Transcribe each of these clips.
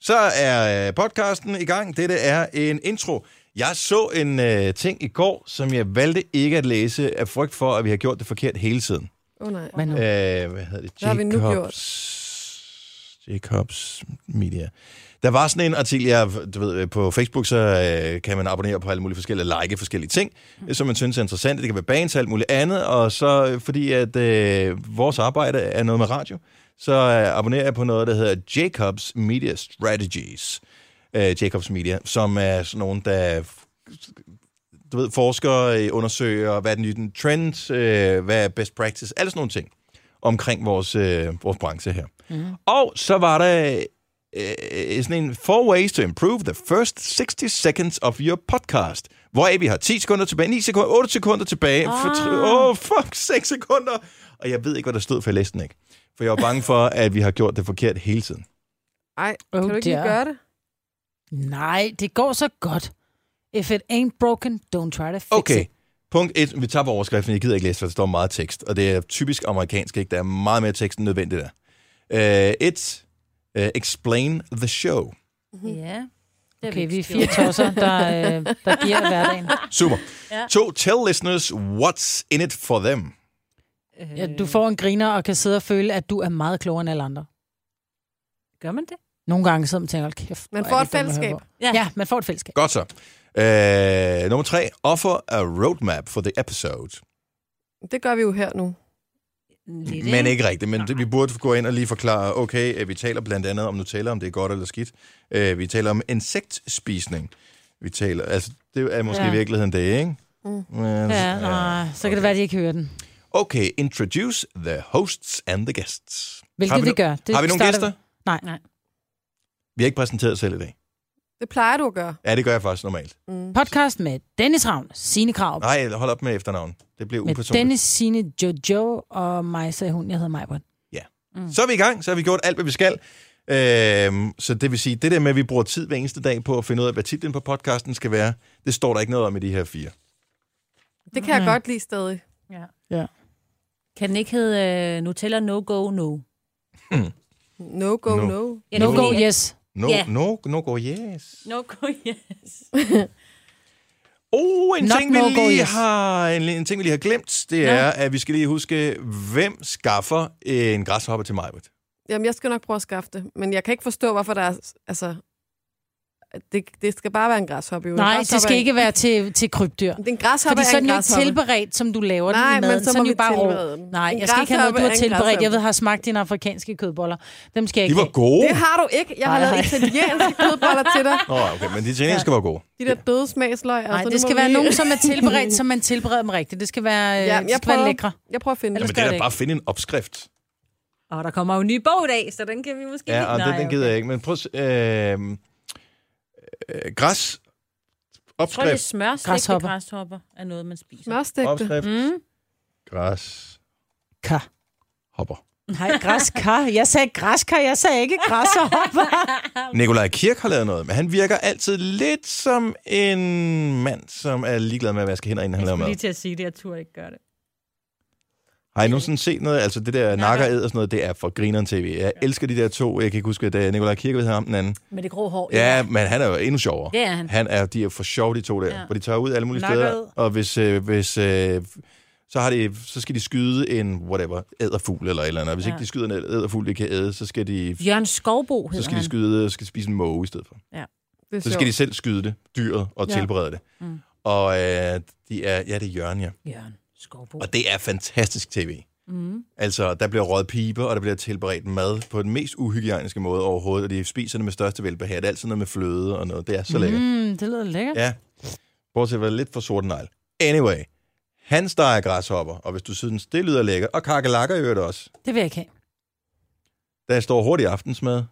Så er øh, podcasten i gang. Dette er en intro. Jeg så en øh, ting i går, som jeg valgte ikke at læse af frygt for, at vi har gjort det forkert hele tiden. Åh oh, nej. Hvad nu? Øh, hvad hedder det? Hvad har vi nu gjort? Jacobs, Jacobs Media. Der var sådan en artikel, jeg, du ved, på Facebook, så øh, kan man abonnere på alle mulige forskellige, like forskellige ting, mm. som man synes er interessante. Det kan være bands og alt muligt andet, og så øh, fordi at øh, vores arbejde er noget med radio, så øh, abonnerer jeg på noget, der hedder Jacobs Media Strategies. Øh, Jacobs Media, som er sådan nogen, der du ved, forskere øh, undersøger, hvad er den nye den trend, øh, hvad er best practice, alle sådan nogle ting omkring vores, øh, vores branche her. Mm. Og så var der øh, sådan en four ways to improve the first 60 seconds of your podcast. Hvor vi har 10 sekunder tilbage, 9 sekunder, 8 sekunder tilbage, for tre- åh, oh, fuck, 6 sekunder. Og jeg ved ikke, hvad der stod, for jeg læste den ikke. For jeg var bange for, at vi har gjort det forkert hele tiden. Ej, Oh kan du ikke lige dear. gøre det? Nej, det går så godt. If it ain't broken, don't try to fix Okay. it. Punkt 1. Vi tager på overskriften. Jeg gider ikke læse, for der står meget tekst. Og det er typisk amerikansk, ikke? Der er meget mere tekst end nødvendigt der. 1. Uh, uh, explain the show. Mm-hmm. Ja. Okay, vi er fire tosser, der, øh, der giver hverdagen. Super. 2. ja. Tell listeners what's in it for them. Ja, du Øh, får en griner og kan sidde og føle, at du er meget klogere end alle andre. Gør man det? Nogle gange sidder man og tænker, "Hold kæft. Man hvor får er det et dumt at høre fællesskab. på." Ja. ja, man får et fællesskab. Godt så. Uh, nummer 3. Offer a roadmap for the episode. Det gør vi jo her nu. Lidt, Men ikke rigtigt, men det, vi burde gå ind og lige forklare, okay, øh, vi taler blandt andet om, nu taler om det er godt eller skidt. Øh, vi taler om insektspisning. Vi taler, altså, det er måske ja. Ja. i virkeligheden det, ikke? Mm. Men, øh, Ja, nej, Ah, så kan det være, at de ikke hører den. Okay, introduce the hosts and the guests. Har Hvilket vi det gør. Det har vi nogle starter- gæster? Nej. Nej. Vi har ikke præsenteret os selv i dag. Det plejer du at gøre. Ja, det gør jeg faktisk normalt. Mm. Podcast med Dennis Ravn, Signe Krav, Nej, hold op med efternavn. Det bliver med upersonligt. Dennis, Signe, Jojo og mig, sagde hun, jeg hedder Majbert. Så er vi i gang, så har vi gjort alt, hvad vi skal. Øhm, så det vil sige, det der med, at vi bruger tid hver eneste dag på at finde ud af, hvad titlen på podcasten skal være, det står der ikke noget om i de her fire. Det kan jeg Nej. godt lide stadig. Ja. Ja. Kan den ikke hedde uh, Nutella No Go No? No, go, No. no. no. Ja, No det er go, fordi, at- yes. No, Ja. yeah. no, no go yes. No Go Yes. Oh, en Not ting, vi no go, lige yes. har, en, en ting, vi lige har glemt, det Nå. er, at vi skal lige huske, hvem skaffer en græshopper til mig? Jamen, jeg skal nok prøve at skaffe det. Men jeg kan ikke forstå, hvorfor der er... Altså, det, det skal bare være en græshoppe. Jo. En Nej, græshoppe det skal er- ikke være til, til krybdyr. Det er en græshoppe Fordi så er er en den jo ikke græshoppe. tilberedt, som du laver den Nej, i maden. men så er må den jo vi bare rå. tilberede den. Nej, En jeg skal ikke have noget, du græshoppe er har en tilberedt. Jeg græshoppe. ved, har smagt dine afrikanske kødboller. Dem skal jeg De ikke var have. gode. Det har du ikke. Jeg har Nej, lavet nej. italienske kødboller til dig. Nå, okay, men de italienske var gode. De der døde smagsløg. altså, Nej, det skal være nogen, som er tilberedt, som man tilbereder dem rigtigt. Det skal være, Ja, ja, jeg det skal være prøver. lækre. Jeg prøver at finde Ellers Jamen, det. det er gør da det bare at finde en opskrift. Og der kommer jo en ny bog i dag, så den kan vi måske Ja, og Nej, den, den gider jeg ikke. Men prøv at... se, Øh, øh, græs. Jeg tror, det er Opskrift. smørstegte Græshopper. græshopper. græshopper er noget, man spiser. Smørstegte. Opskrift. Mm. Græs. Kar. Hopper. Nej, græskar. Jeg sagde græskar, jeg sagde ikke græsserhopper. Nikolaj Kirk har lavet noget, men han virker altid lidt som en mand, som er ligeglad med at vaske hænder, inden han Jeg laver skulle mad. lige til at sige det, jeg turde ikke gøre det. Har I nogensinde set noget? Altså det der nakkeræd og sådan noget, det er for grineren tv. Jeg elsker de der to. Jeg kan ikke huske, at øh, Nikolaj Kirk ved ham den anden. Med det grå hår. Ja, men han er jo endnu sjovere. Det er han. Han er, de er for sjove, de to der, ja. Ja. hvor de tager ud alle mulige Nakkerød. steder, og hvis, øh, hvis øh, så, har de, så skal de skyde en whatever, æderfugl eller et eller andet. Hvis ja. Ja. ikke de skyder en æderfugl, de kan æde, så skal de, Jørgen Skovbo så hedder skal han. de skyde og skal spise en måge i stedet for. Det er Så skal de sjovt. selv skyde det, dyret, og Ja. ja. tilberede det. Mm. Mm. Og øh, de er, ja, det er Jørgen, ja. Jørgen Skovbo. Og det er fantastisk tv. Mm. Altså, der bliver røget piber, og der bliver tilberedt mad på den mest uhygiejniske måde overhovedet, og de spiser det med største velbehag. Det er altid noget med fløde og noget. Det er så lækkert. Mm, det lyder Mm-hmm. lækkert. Ja. Bortset fra lidt for sort negl. Anyway. Han steger græshopper, og hvis du synes, det lyder lækkert, og kakelakker i øvrigt også. Det vil jeg ikke have. Der står hurtigt aftensmad.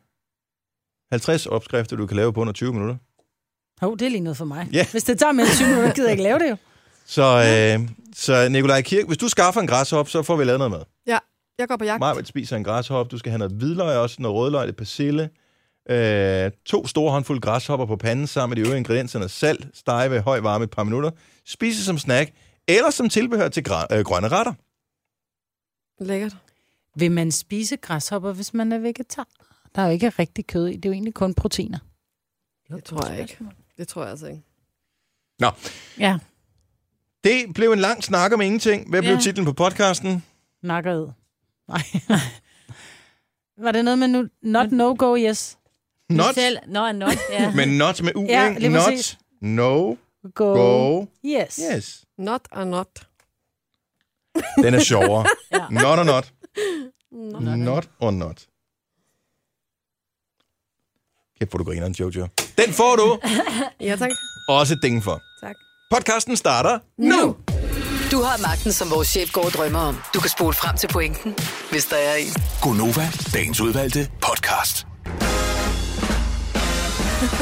50 opskrifter, du kan lave på under 20 minutter. Hov, det er lige noget for mig. Ja. Hvis det tager mere end 20 minutter, gider jeg ikke lave det jo. Så, øh, så Nikolaj Kirk, hvis du skaffer en græshop, så får vi lavet noget mad. Jeg går på jagt. Marvind spiser en græshop, du skal have noget hvidløg også, noget rødløg, lidt persille. Øh, to store håndfulde græshopper på panden sammen med de øvrige ingredienserne. Salt, stege ved høj varme et par minutter. Spise som snack, eller som tilbehør til gra- øh, grønne retter. Lækkert. Vil man spise græshopper, hvis man er vegetar? Der er jo ikke rigtig kød i. Det er jo egentlig kun proteiner. Det tror jeg ikke. Det tror jeg altså ikke. Ja, Det blev en lang snak om ingenting. Hvad blev Ja. titlen på podcasten? Nakker ud. Nej. Var det noget med nu? Not no go, yes. Not, Nutella. Nå, not, ja. men not med u, Ja, ikke? lige Not, præcis. no, Go. go, Yes. yes. Not og not. Den er sjovere. Ja. Not or not. Nå. Not or not. Kæft, hvor du griner, Jojo. Den får du Ja, tak. også ding for. Tak. Podcasten starter nu. Nu. Du har magten, som vores chef går og drømmer om. Du kan spole frem til pointen, hvis der er en. Gonova, dagens udvalgte podcast.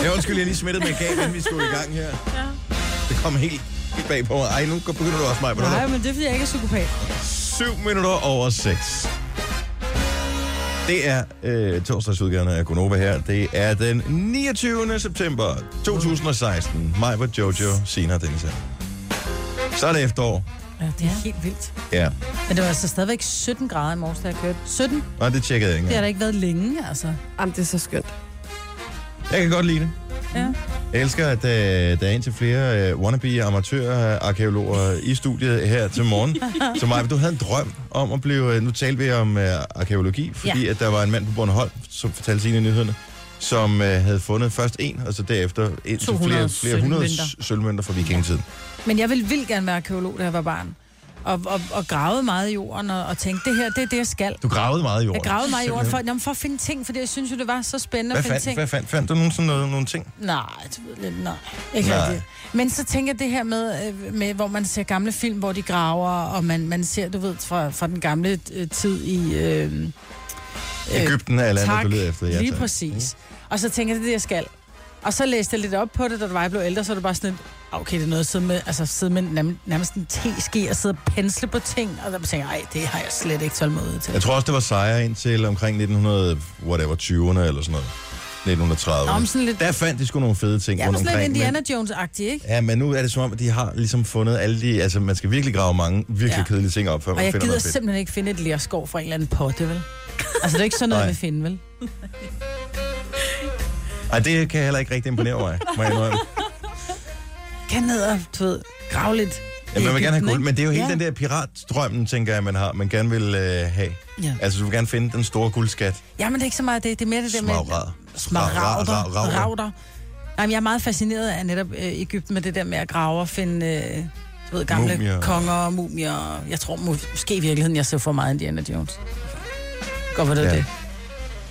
Jeg undskyld, jeg lige smittede med gav, inden vi skulle i gang her. Ja. Det kom helt, helt bag på mig. Ej, nu begynder du også mig. Nej, men det er, fordi jeg ikke er psykopat. 7 minutter over 6. Det er øh, torsdagsudgaven af Gonova her. Det er den 29. september 2016. Mig var Jojo, Sina og Dennis her. Så er det efterår. Ja, det er helt vildt. Ja, Men det var altså stadigvæk 17 grader i morges, da jeg kørte. 17? og det tjekkede jeg ikke Det engang. har da ikke været længe, altså. Jamen, det er så skønt. Jeg kan godt lide det. Ja. Jeg elsker, at øh, der er indtil flere øh, wannabe-amatør-arkeologer i studiet her til morgen. Så Maja, du havde en drøm om at blive... øh, Nu talte vi om øh, arkeologi, fordi ja. at der var en mand på Bornholm, som fortalte sine nyhederne, som øh, havde fundet først en, og så derefter indtil flere, 200 flere hundrede sølvmønter. sølvmønter fra vikingetiden. Men jeg ville vildt gerne være arkeolog, da jeg var barn. Og, og, og gravede meget i jorden, og, og tænkte, det her, det er det, jeg skal. Du gravede meget i jorden. Jeg gravede meget i jorden for, Simpelthen. jamen, for at finde ting, fordi jeg synes jo, det var så spændende Hvad at finde fandt, ting. hvad fandt, fandt du nogen sådan noget, nogle ting? Nej, det ved jeg lidt, nej. Ikke Nej. rigtigt. Men så tænker jeg det her med, øh, med, hvor man ser gamle film, hvor de graver, og man, man ser, du ved, fra, fra den gamle øh, tid i... Øh, Ægypten er landet, tak, du leder efter. lige præcis. Og så tænker jeg, det er det, jeg skal. Og så læste jeg lidt op på det, da det var, jeg blev ældre, så var det bare sådan et, okay, det er noget at sidde med, altså sidde med nærm- nærmest en teske og sidde og pensle på ting, og der tænker jeg, ej, det har jeg slet ikke tålmodighed til. Jeg tror også, det var sejre indtil omkring 1900, whatever, 20'erne eller sådan noget. 1930. Nå, men sådan lidt- Der fandt de sgu nogle fede ting Jeg er rundt sådan lidt omkring. Indiana Jones-agtig, ikke? Men, ja, men nu er det som om, at de har ligesom fundet alle de... Altså, man skal virkelig grave mange virkelig ja. Ja. kedelige ting op, før Og man jeg finder gider noget fedt. simpelthen ikke finde et lærskov fra en eller anden potte, vel? Altså, det er ikke sådan noget, Nej. jeg vil finde, vel? Ej, det kan heller ikke rigtig imponere mig, må jeg indrømme. kan ned og, du ved, grave lidt. Ja, man vil gerne have guld, men det er jo hele Ja. den der piratstrømmen, tænker jeg, man har, man gerne vil øh, have. Ja. Altså, du vil gerne finde den store guldskat. Ja, men det er ikke så meget det. Det er mere det der med... Smaragd. Ra- ra- Smaragder. ra- Ravder. Jamen, jeg er meget fascineret af netop øh, Ægypten med det der med at grave og finde... Øh, du ved, gamle Mumier. mumier. konger og mumier. og- Jeg tror mås- måske i virkeligheden, jeg ser for meget Indiana Jones. Godt, var det Ja. ja. det.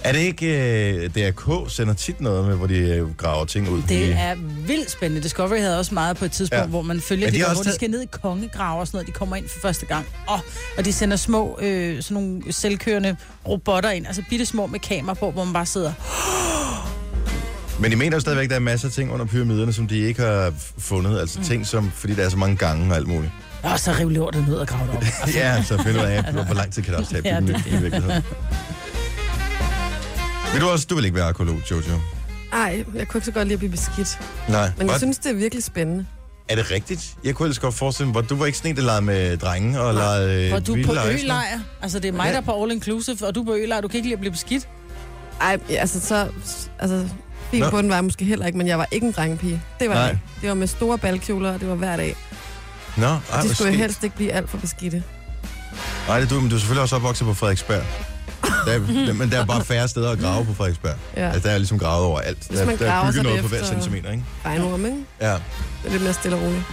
Er det ikke... Øh, DRK sender tit noget med, hvor de øh, graver ting ud. Det i- er vildt spændende. Discovery havde også meget på et tidspunkt, Ja. ja. hvor man følger Men de de, har der, også hvor de taget- skal ned i kongegraver og sådan noget. De kommer ind for første gang. Og, og de sender små, øh, sådan nogle selvkørende robotter ind. Altså bitte små med kamera på, hvor man bare sidder. Men de mener jo stadigvæk, at der er masser af ting under pyramiderne, som de ikke har f- fundet. Altså mm. ting, som, fordi der er så mange gange og alt muligt. Og så riv lortet ned og grav det op. Ja, så finder ud af, hvor- hvor lang tid kan det også tage Ja, ja, det er det, i virkeligheden. Vil du også, du vil ikke være arkeolog, Jojo? Ej, jeg kunne ikke så godt lide at blive beskidt. Nej. Men jeg Hvad? synes, det er virkelig spændende. Er det rigtigt? Jeg kunne ellers godt forestille mig, hvor du var ikke sådan en, der legede med drenge og legede øh, Og du er vilde på lege og sådan noget. ølejr. Altså, det er mig, Ja. der er på all inclusive, og du er på ølejr. Du kan ikke lide at blive beskidt. Ej, altså så... Altså, Nå. Fint på den var jeg måske heller ikke, men jeg var ikke en drengepige. Det var Nej. jeg ikke. Det var med store balkjoler, og det var hver dag. Nå, Ej, ej, de skulle hvor jo skægt. helst ikke blive alt for beskidte. Nej, det er du, men du er selvfølgelig også opvokset på Frederiksberg. Der, er- men der er bare færre steder at grave på Frederiksberg. Ja. Altså, der er ligesom gravet over alt. Hvis Der, man der er graver, så bygget er det noget på hver efter- centimeter, ikke? Regnrum, ikke? Ja. Det er lidt mere stille og roligt.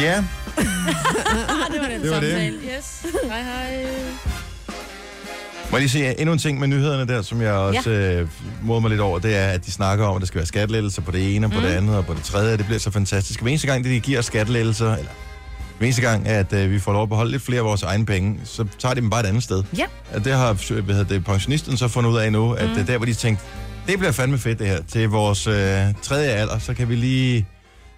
Ja, det var den Det var det. samtale. Yes. Hej, hej. Må jeg lige se endnu en ting med nyhederne der, som jeg også ja. øh, moder mig lidt over, det er, at de snakker om, at der skal være skattelettelser på det ene, og på mm. det andet, og på det tredje, og det bliver så fantastisk. Hver eneste gang, det de giver skattelettelser, eller hver eneste gang, at øh, vi får lov at beholde lidt flere af vores egne penge, så tager de dem bare et andet sted. Ja. At det har øh, hvad hedder det, pensionisten så fundet ud af nu, at mm. der, hvor de tænkte, det bliver fandme fedt det her, til vores øh, tredje alder, så kan vi lige...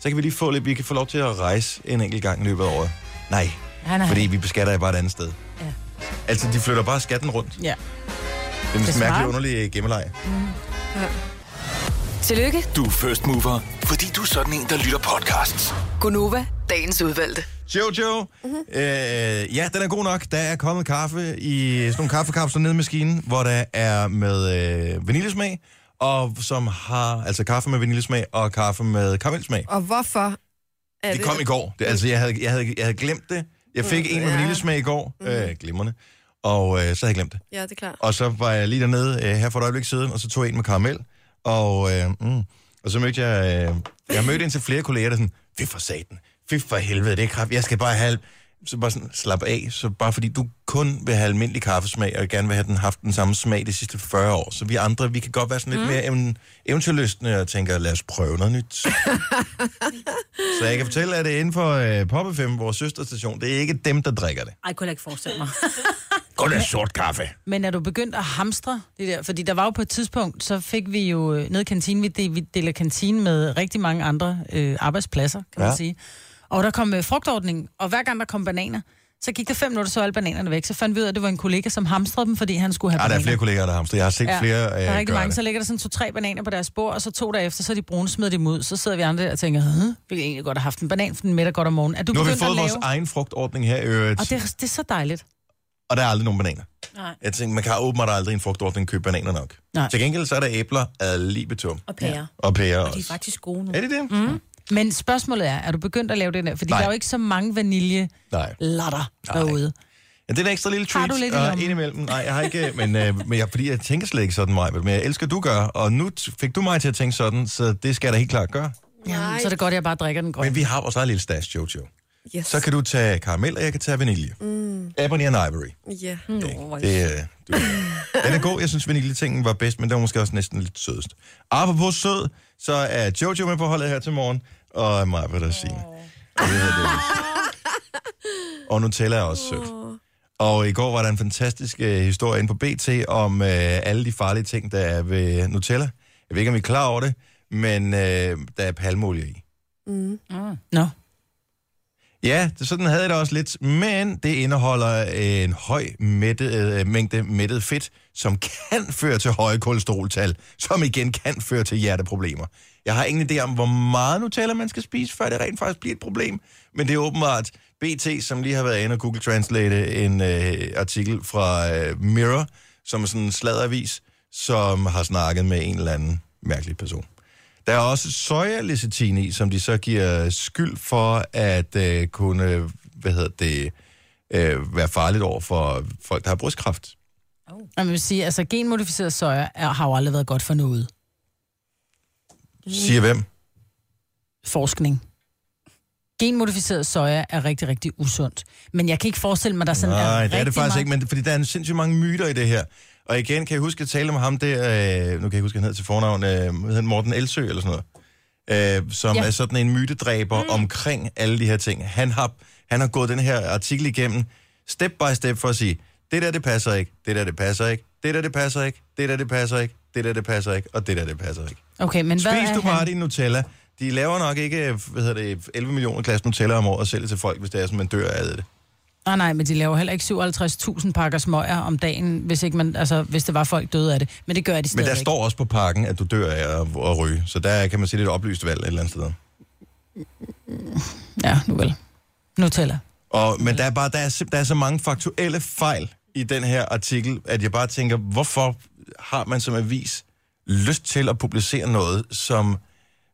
Så kan vi lige få lidt, vi kan få lov til at rejse en enkelt gang i løbet af året. Nej, Nej, nej. fordi vi beskatter jer bare et andet sted. Ja. Altså, de flytter bare skatten rundt. Ja. Det er en Det er mærkelig smart. underlig øh, gemmeleg. Tillykke, Du er first mover, fordi du er sådan en, der lytter podcasts. Gunova, dagens udvalgte. Jojo, Mhm. mm-hmm. øh, ja, den er god nok. Der er kommet kaffe i sådan nogle kaffekapsler nede i maskinen, hvor der er med øh, vaniljesmag, og som har, altså kaffe med vaniljesmag og kaffe med karamelsmag. Og hvorfor er Det kom i går. Det, altså, jeg havde, jeg, havde, jeg havde glemt det. Jeg fik Mm, en med ja. Mm. vaniljesmag i går. Øh, glimrende. Og øh, så havde jeg glemt det. Ja, det er klart. Og så var jeg lige dernede øh, her for et øjeblik siden, og så tog jeg en med karamel. Og, øh, mm, og så mødte jeg... Øh, jeg mødte indtil flere kolleger, der sådan, fy for satan, fy for helvede, det er kraft, jeg skal bare have... Så bare sådan, slap af, så bare fordi du kun vil have almindelig kaffesmag, og gerne vil have den haft den samme smag de sidste 40 år. Så vi andre, vi kan godt være sådan lidt mm. mere even, eventyrlystende og tænker, lad os prøve noget nyt. så jeg kan fortælle, at det er inden for øh, Pop FM, vores søsterstation, det er ikke dem, der drikker det. Ej, jeg kunne heller ikke forestille mig. Godt er sort kaffe. Men er du begyndt at hamstre det der? Fordi der var jo på et tidspunkt, så fik vi jo øh, nede i kantinen, vi, de, vi deler kantinen med rigtig mange andre øh, arbejdspladser, kan man Ja. ja. sige. Og der kom øh, frugtordning, og hver gang der kom bananer, så gik der fem minutter, så var alle bananerne væk. Så fandt vi ud af, at det var en kollega, som hamstrede dem, fordi han skulle Ja, have der er bananer. flere kolleger, der har hamstret. Jeg har set ja, flere øh, der er rigtig gøre mange, det. så ligger der sådan to-tre bananer på deres bord, og så to dage efter, så er de brune, smider dem ud. Så sidder vi andre der og tænker, "Hm, vi ville egentlig godt have haft en banan, for den middag godt om morgenen. Er du Nu har vi begyndt at fået vores lave- egen frugtordning her i øvrigt, Og og, det, er- det er så dejligt. og der er aldrig nogen bananer. Nej. Jeg tænker, man kan åbenbart aldrig i en frugtordning købe bananer nok. Nej. Til gengæld så er der æbler ad libetum. Og pære. Og pærer Og de er også. faktisk gode nu. Er det det? Mm. Men spørgsmålet er, er du begyndt at lave det der? Fordi Nej. Nej. der er jo ikke så mange vanilje Nej. latter Nej. derude. Ja, det er en ekstra lille Har treat. du lidt i og lommen? indimellem. Nej, jeg har ikke, men, øh, men jeg, fordi jeg tænker slet ikke sådan, Maja, men jeg elsker, at du gør, og nu t- fik du mig til at tænke sådan, så det skal jeg da helt klart gøre. Jamen, Nej. så er det godt, at jeg bare drikker den Men grøn. vi har vores eget lille stash, Jojo. Yes. Så kan du tage karamel, og jeg kan tage vanilje. Mm. Ebony and Ivory. Ja. Nå, Det, øh, du, den er god. Jeg synes, vaniljetingen var bedst, men den var måske også næsten lidt sødest. Apropos sød, så er Jojo med på holdet her til morgen, og mig vil der sige. Og Nutella er også sødt. Og i går var der en fantastisk øh, historie inde på BT om øh, alle de farlige ting, der er ved Nutella. Jeg ved ikke, om I er klar over det, men øh, der er palmolie i. Nå. Ja, det- sådan havde jeg det også lidt, men det indeholder øh, en høj mætte, øh, mængde mættet fedt, som kan føre til høje kolesteroltal, som igen kan føre til hjerteproblemer. Jeg har ingen idé om, hvor meget Nutella man skal spise, før det rent faktisk bliver et problem, men det er åbenbart BT, som lige har været inde og Google Translate en øh, artikel fra øh, Mirror, som er sådan en sladavis, som har snakket med en eller anden mærkelig person. Der er også sojalecitin i, som de så giver skyld for at øh, kunne øh, hvad hedder det, øh, være farligt over for folk, der har brystkræft. Og man vil sige, altså genmodificeret soja er, har jo aldrig været godt for noget. Siger hvem? Forskning. Genmodificeret soja er rigtig, rigtig usundt. Men jeg kan ikke forestille mig, at der sådan Nej, er det er det rigtig faktisk meget... ikke, men fordi der er en sindssygt mange myter i det her. Og igen, kan jeg huske at tale om ham der, øh, nu kan jeg ikke huske, han hedder til fornavn, øh, hedder han Morten Elsø eller sådan noget, øh, som ja. Ja. er sådan en mytedræber mm. omkring alle de her ting. Han har, han har gået den her artikel igennem step by step for at sige, det der, det passer ikke, det der, det passer ikke, det der, det passer ikke, det der, det passer ikke, det der, det passer ikke, og det der, det passer ikke. Okay, men hvad Spis er du han? bare din Nutella. De laver nok ikke, hvad hedder det, 11 millioner glas Nutella om året og sælger til folk, hvis det er sådan, man dør af det. Nej, Ah, nej, men de laver heller ikke 57.000 pakker smøger om dagen, hvis, ikke man, altså, hvis det var folk døde af det. Men det gør de Men stadigvæk. der står også på pakken, at du dør af at, at ryge. Så der kan man sige, det er et oplyst valg et eller andet sted. Ja, nu vel. Nutella. Og, Mm. men der er, bare, der, er, simp- der er så mange faktuelle fejl i den her artikel, at jeg bare tænker, hvorfor har man som avis lyst til at publicere noget, som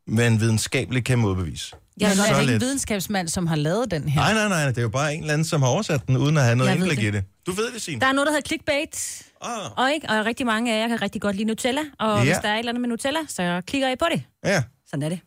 man videnskabeligt kan modbevise? Jeg så er det ikke lidt. en videnskabsmand, som har lavet den her. Nej, nej, nej, det er jo bare en eller anden, som har oversat den, uden at have noget Jeg ved indblik i det. det. Du ved det, Signe. Der er noget, der hedder clickbait. Ah, Og, ikke? og rigtig mange af jer kan rigtig godt lide Nutella. Og Ja. ja. hvis der er et eller andet med Nutella, så klikker I på det. ja. Sådan er det.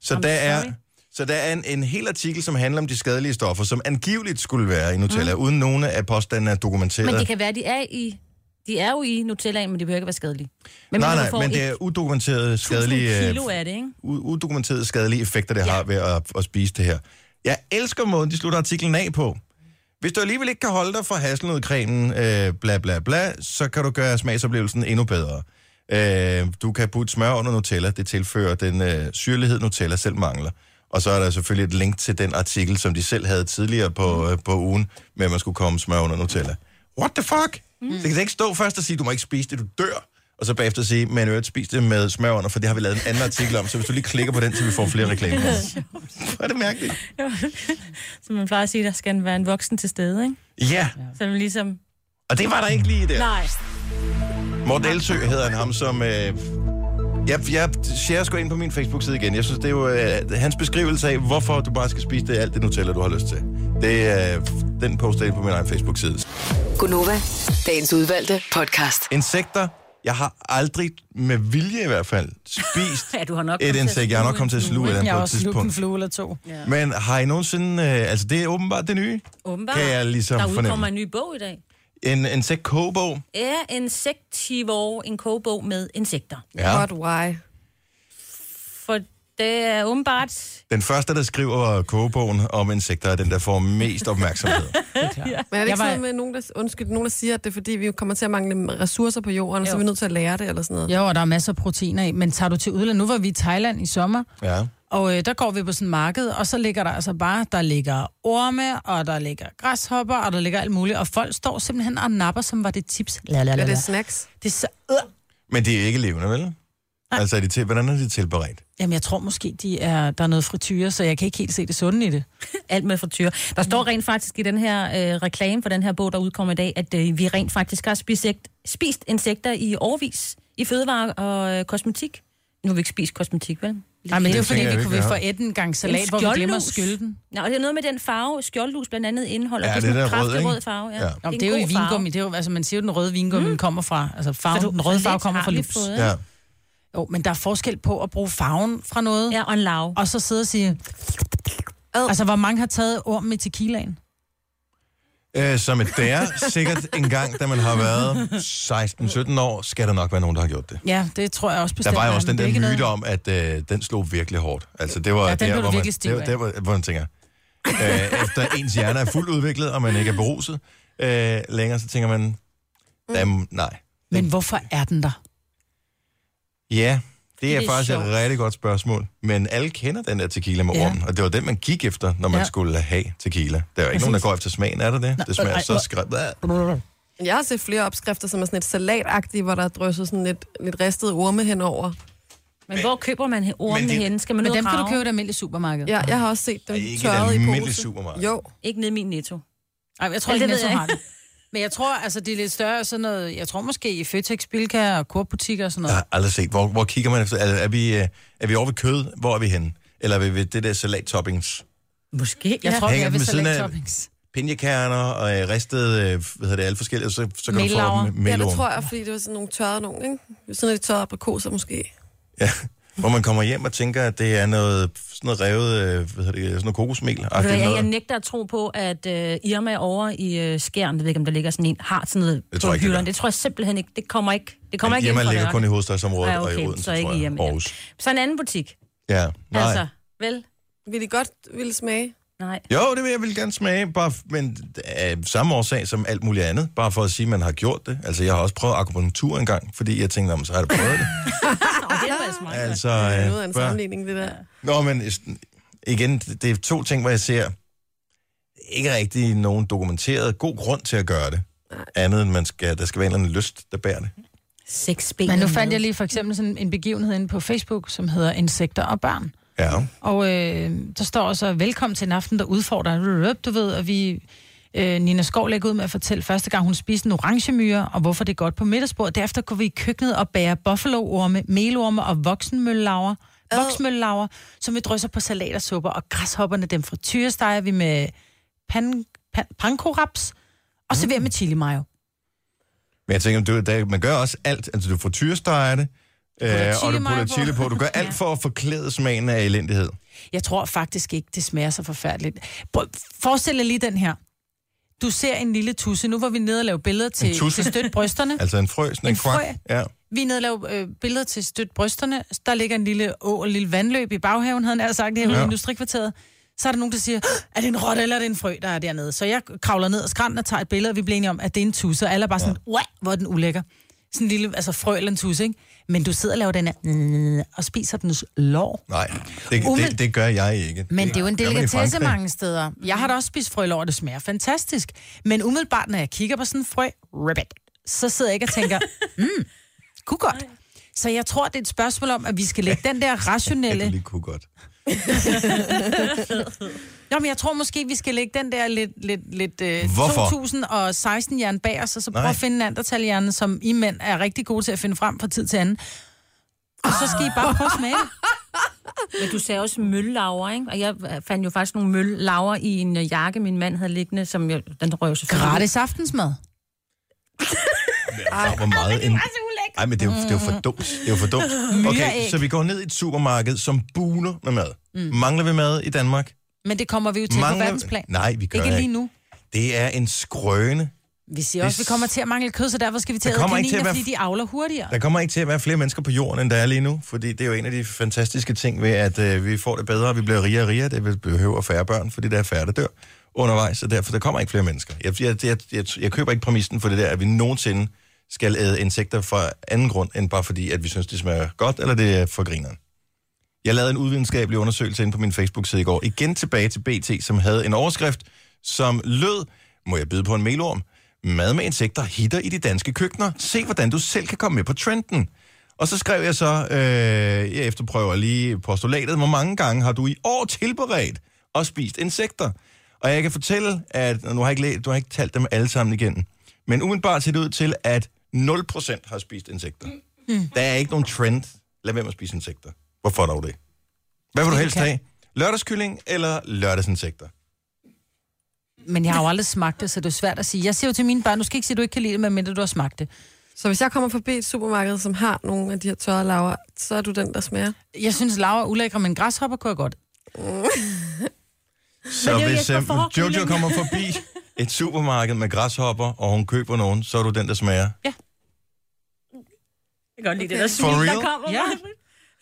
Så Om der er, sorry. så der er en, en hel artikel, som handler om de skadelige stoffer, som angiveligt skulle være i Nutella, mm. uden nogen af påstandene er dokumenteret. Men det kan være, at de er i... De er jo i Nutellaen, men de behøver ikke være skadelige. Men nej, hvis du nej, får men det et er udokumenterede 1000 skadelige, øh, kilo af det, ikke? u- udokumenterede skadelige effekter, det ja. Ja. har ved at, at spise det her. Jeg elsker måden, de slutter artiklen af på. Hvis du alligevel ikke kan holde dig fra hasselnødcremen, øh, bla bla bla, så kan du gøre smagsoplevelsen endnu bedre. Øh, du kan putte smør under Nutella, det tilfører den øh, syrlighed, Nutella selv mangler. Og så er der selvfølgelig et link til den artikel, som de selv havde tidligere på, øh, på ugen, med at man skulle komme smør under Nutella. What the fuck? Mm. Det kan da ikke stå først og sige, du må ikke spise det, du dør. og så bagefter sige, men øvrigt spis det med smør under, for det har vi lavet en anden artikel om, så hvis du lige klikker på den, så vi får flere reklamer. Hvor er det mærkeligt. Som man plejer at sige, der skal være en voksen til stede, ikke? Ja, Så man ligesom... og det var der ikke lige der. Nej. Morten Elsø hedder han ham, som... Øh, jeg, jeg share sgu ind på min Facebook-side igen. Jeg synes, det er jo øh, hans beskrivelse af, hvorfor du bare skal spise det, alt det Nutella, du har lyst til. Det, øh, den poster jeg ind på min egen Facebook-side. Gunova, dagens udvalgte podcast. Insekter. Jeg har aldrig, med vilje i hvert fald, spist Ja, du har nok et kommet til at insekt. Jeg har nok kommet sluge til at en sluge et flue, eller andet Jeg har på et også slugt en tidspunkt. flue eller to. Ja. Men har I nogensinde... Øh, altså, det er åbenbart det nye. Åbenbart. Kan jeg ligesom der udkommer fornemme. en ny bog i dag. En insektkogebog. Er Insectivore en kogebog med insekter? Ja. But why? For det er åbenbart... Den første, der skriver kogebogen om insekter, er den, der får mest opmærksomhed. Men er det Jeg ikke var- var... sådan med nogen, der, undskyld, nogen, der siger, at det er fordi, vi kommer til at mangle ressourcer på jorden, og så er vi nødt til at lære det, eller sådan noget? Jo, og der er masser af proteiner i, men tager du til udlandet? Nu var vi i Thailand i sommer, ja. og øh, der går vi på sådan en marked, og så ligger der altså bare, der ligger orme, og der ligger græshopper, og der ligger alt muligt, og folk står simpelthen og napper, som var det tips. La, la, la, Er la. det snacks? Det er så, øh. Men det er ikke levende, vel? Altså, er de til, hvordan er de tilberedt? Jamen, jeg tror måske, de er, der er noget frityre, så jeg kan ikke helt se det sunde i det. Alt med frityr. Der Mm. står rent faktisk i den her øh, reklame for den her bog, der udkommer i dag, at øh, vi rent faktisk har spisekt, spist insekter i årvis i fødevare og øh, kosmetik. Nu har vi ikke spist kosmetik, vel? Nej, men det er jo Det fordi, tænker jeg vi ikke, kunne vi jeg få har. et en gang salat, hvor vi glemmer at skylde den. Nej, og det er noget med den farve, skjoldlus blandt andet indeholder. Ja, det det er, sådan der en rød, kraftig ikke? rød farve, ja. Ja. Nå, en det er jo i god farve. vingummi. Det er jo, altså, man siger jo, den røde vingummi mm. kommer fra. Altså, farven, Så du, den røde så farve lidt kommer har fra vi lups. fået, Ja. Jo, men der er forskel på at bruge farven fra noget, ja. Ja, og en lav. og så sidde og sige... Altså, hvor mange har taget orm med tequilaen? Øh, som et der, sikkert en gang, da man har været 16-17 år, skal der nok være nogen, der har gjort det. Ja, det tror jeg også bestemt. Der var jo er, også den men det er der ikke myte noget- om, at øh, den slog virkelig hårdt. Altså, det var Ja, den blev der, du hvor man, virkelig stiv det var, af. der, hvor, hvor man tænker, øh, efter ens hjerne er fuldt udviklet, og man ikke er beruset øh, længere, så tænker man, dam, nej. Men hvorfor er den der? Ja, det er, Det er faktisk sjovt. et rigtig godt spørgsmål. Men alle kender den der tequila med Ja. ormen, og det var den, man gik efter, når man Ja. skulle have tequila. Der er jo ikke nogen, der går efter smagen, er der det? Det smager nej, så nej. skræmt. Men Jeg har set flere opskrifter, som er sådan lidt salatagtige, hvor der er drysset sådan lidt, lidt ristet orme henover. Men hvor køber man ormene Men det- henne? Skal man Men ned dem og kan du grave? købe i det almindelige supermarked. Ja, jeg har også set dem Ej, ikke i et tørret i almindeligt pose. supermarked. Jo, Ikke ned i min netto. Ej, jeg tror Ja, ikke, det Netto ved jeg har det. Men jeg tror, altså, det er lidt større sådan noget... Jeg tror måske i Føtex, Bilka og Coop-butikker og sådan Jeg noget. har aldrig set. Hvor, hvor kigger man efter? Er, er, vi, øh, er vi over ved kød? Hvor er vi henne? Eller er vi ved det der salattoppings? Måske, Jeg tror, vi Hænger er dem ved ved siden af- salattoppings. Pinjekerner og øh, ristede, øh, hvad hedder det, alle forskellige, og så, så kan Melormer. du få ja, melorm. det tror jeg, fordi det var sådan nogle tørrede nogle, ikke? Sådan lidt tørrede aprikoser måske. Ja, hvor man kommer hjem og tænker, at det er noget, sådan noget revet, øh, hvad hedder det, sådan noget kokosmel. Ved du hvad, Jeg, jeg nægter at tro på, at øh, Irma over i øh, skærmen, jeg ved ikke, om der ligger sådan en, har sådan noget Det det tror på jeg ikke, hylderne. det gør. Det tror jeg simpelthen ikke. Det kommer ikke. Det kommer ikke Irma ind fra ligger kun i Lørke. hovedstadsområdet Ja, og i okay, Odense, så ikke tror jeg. Irma, ja. Aarhus. Så en anden butik. Ja, nej. Altså, vel? Vil de godt ville smage? Nej. Jo, det vil jeg vil gerne smage, bare f- men af samme årsag som alt muligt andet. Bare for at sige, at man har gjort det. Altså, jeg har også prøvet akupunktur engang, fordi jeg tænkte, om så har jeg da prøvet det. Og det er altså meget altså, Det er øh, noget af en bare- sammenligning, det der. Nå, men øh, sådan- igen, det det er to ting, hvor jeg ser ikke rigtig nogen dokumenteret god grund til at gøre det. Andet end man skal, der skal være en eller anden lyst, der bærer det. Seks ben. Men nu fandt jeg lige for eksempel sådan en begivenhed inde på Facebook, som hedder Insekter og børn. Ja. Og øh, der står også, velkommen til en aften, der udfordrer, du ved, og vi... Øh, Nina Skov lægger ud med at fortælle første gang, hun spiste en orangemyre, og hvorfor det er godt på middagsbordet. Derefter går vi i køkkenet og bærer buffaloorme, melorme og voksenmøllelaver, voksmøllelaver, som vi drysser på salat og supper, og græshopperne dem fra tyresteger vi med pan, pan, pankoraps, og serverer med chili mayo. Men jeg tænker, du, der, man gør også alt. Altså, du får tyresteger det, øh, og chili du putter mayo på. chili på. Du gør alt for at forklæde smagen af elendighed. Jeg tror faktisk ikke, det smager så forfærdeligt. Prøv, forestil dig lige den her. Du ser en lille tusse. Nu var vi nede og lave billeder til, tusse? til støt brysterne. Altså en frø, sådan en, En kvak. frø? Ja. Vi er nede og lave øh, billeder til støt brysterne. Der ligger en lille å og en lille vandløb i baghaven, havde han altså sagt, det her Ja. ja. industrikvarteret. Så er der nogen, der siger, "Åh, er det en rotte eller er det en frø, der er dernede? Så jeg kravler ned ad skrænten og tager et billede, og vi bliver enige om, at det er en tusse. Og alle er bare sådan, ja. hvor er den ulækker. Sådan en lille altså frø eller en tusse, ikke? Men du sidder og laver den her, og spiser dens lår. Nej, det, Umid- det, det, gør jeg ikke. Men det er jo en gør man i delikatesse Frankrig. mange steder. Jeg har da også spist frølår, og det smager fantastisk. Men umiddelbart, når jeg kigger på sådan en frø, ribbit, så sidder jeg ikke og tænker, mm, kunne godt. Så jeg tror, det er et spørgsmål om, at vi skal lægge den der Jeg kunne rationelle... lige kunne godt. Jamen, jeg tror måske, vi skal lægge den der lidt, lidt, lidt øh, Hvorfor? 2016-jern bag os, og så prøve Nej. at finde en andertalhjernen, som I mænd er rigtig gode til at finde frem fra tid til anden. Og så skal I bare prøve at smage det. Men du sagde også møllelarver, ikke? Og jeg fandt jo faktisk nogle møllelarver i en øh, jakke, min mand havde liggende, som jeg, den røg jo selvfølgelig. Gratis aftensmad. Ej, hvor meget en... altså Ej, men det er, jo, det er jo Mm. for dumt. Det er jo for dumt. Okay, Myreæg. så vi går ned i et supermarked, som buner med mad. Mm. Mangler vi mad i Danmark? Men det kommer vi jo til på verdensplan. Nej, vi gør ikke lige nu. Det er en skrøne. Vi siger også, at vi kommer til at mangle kød, så derfor skal vi til at Der æde kommer ikke kaniner, til at være... være- fordi de avler hurtigere. Der kommer ikke til at være flere mennesker på jorden, end der er lige nu, fordi det er jo en af de fantastiske ting ved, at øh, vi får det bedre, og vi bliver rigere og rigere, det vil behøve færre børn, fordi der er færre, der dør undervejs, så derfor der kommer ikke flere mennesker. Jeg, jeg, jeg, jeg, jeg køber ikke præmissen for det der, at vi nogensinde skal æde insekter fra anden grund, end bare fordi, at vi synes, det smager godt, eller det er for grineren. Jeg lavede en udvidenskabelig undersøgelse inde på min Facebook-side i går. Igen tilbage til BT, som havde en overskrift, som lød, må jeg byde på en melorm? Mad med insekter hitter i de danske køkkener. Se, hvordan du selv kan komme med på trenden. Og så skrev jeg så, øh, jeg efterprøver lige postulatet, hvor mange gange har du i år tilberedt og spist insekter? Og jeg kan fortælle, at og nu har jeg ikke, læ- du har jeg ikke talt dem alle sammen igen, men umiddelbart ser det ud til, at 0% har spist insekter. Mm. Der er ikke nogen trend. Lad være med at spise insekter. Hvorfor dog det? Hvad vil du helst kan. have? Lørdagskylling eller lørdagsinsekter? Men jeg har jo aldrig smagt det, så det er svært at sige. Jeg siger jo til mine børn, du skal ikke sige, at du ikke kan lide det, medmindre du har smagt det. Så hvis jeg kommer forbi et supermarked, som har nogle af de her tørre laver, så er du den, der smager. Jeg synes, laver er ulækre, men græshopper kunne jeg godt. Så det er jo hvis Jesper øhm, Forhåbning. Jojo kommer forbi et supermarked med græshopper, og hun køber nogen, så er du den, der smager. Jeg kan godt lide det der For smil, der real? kommer. Ja.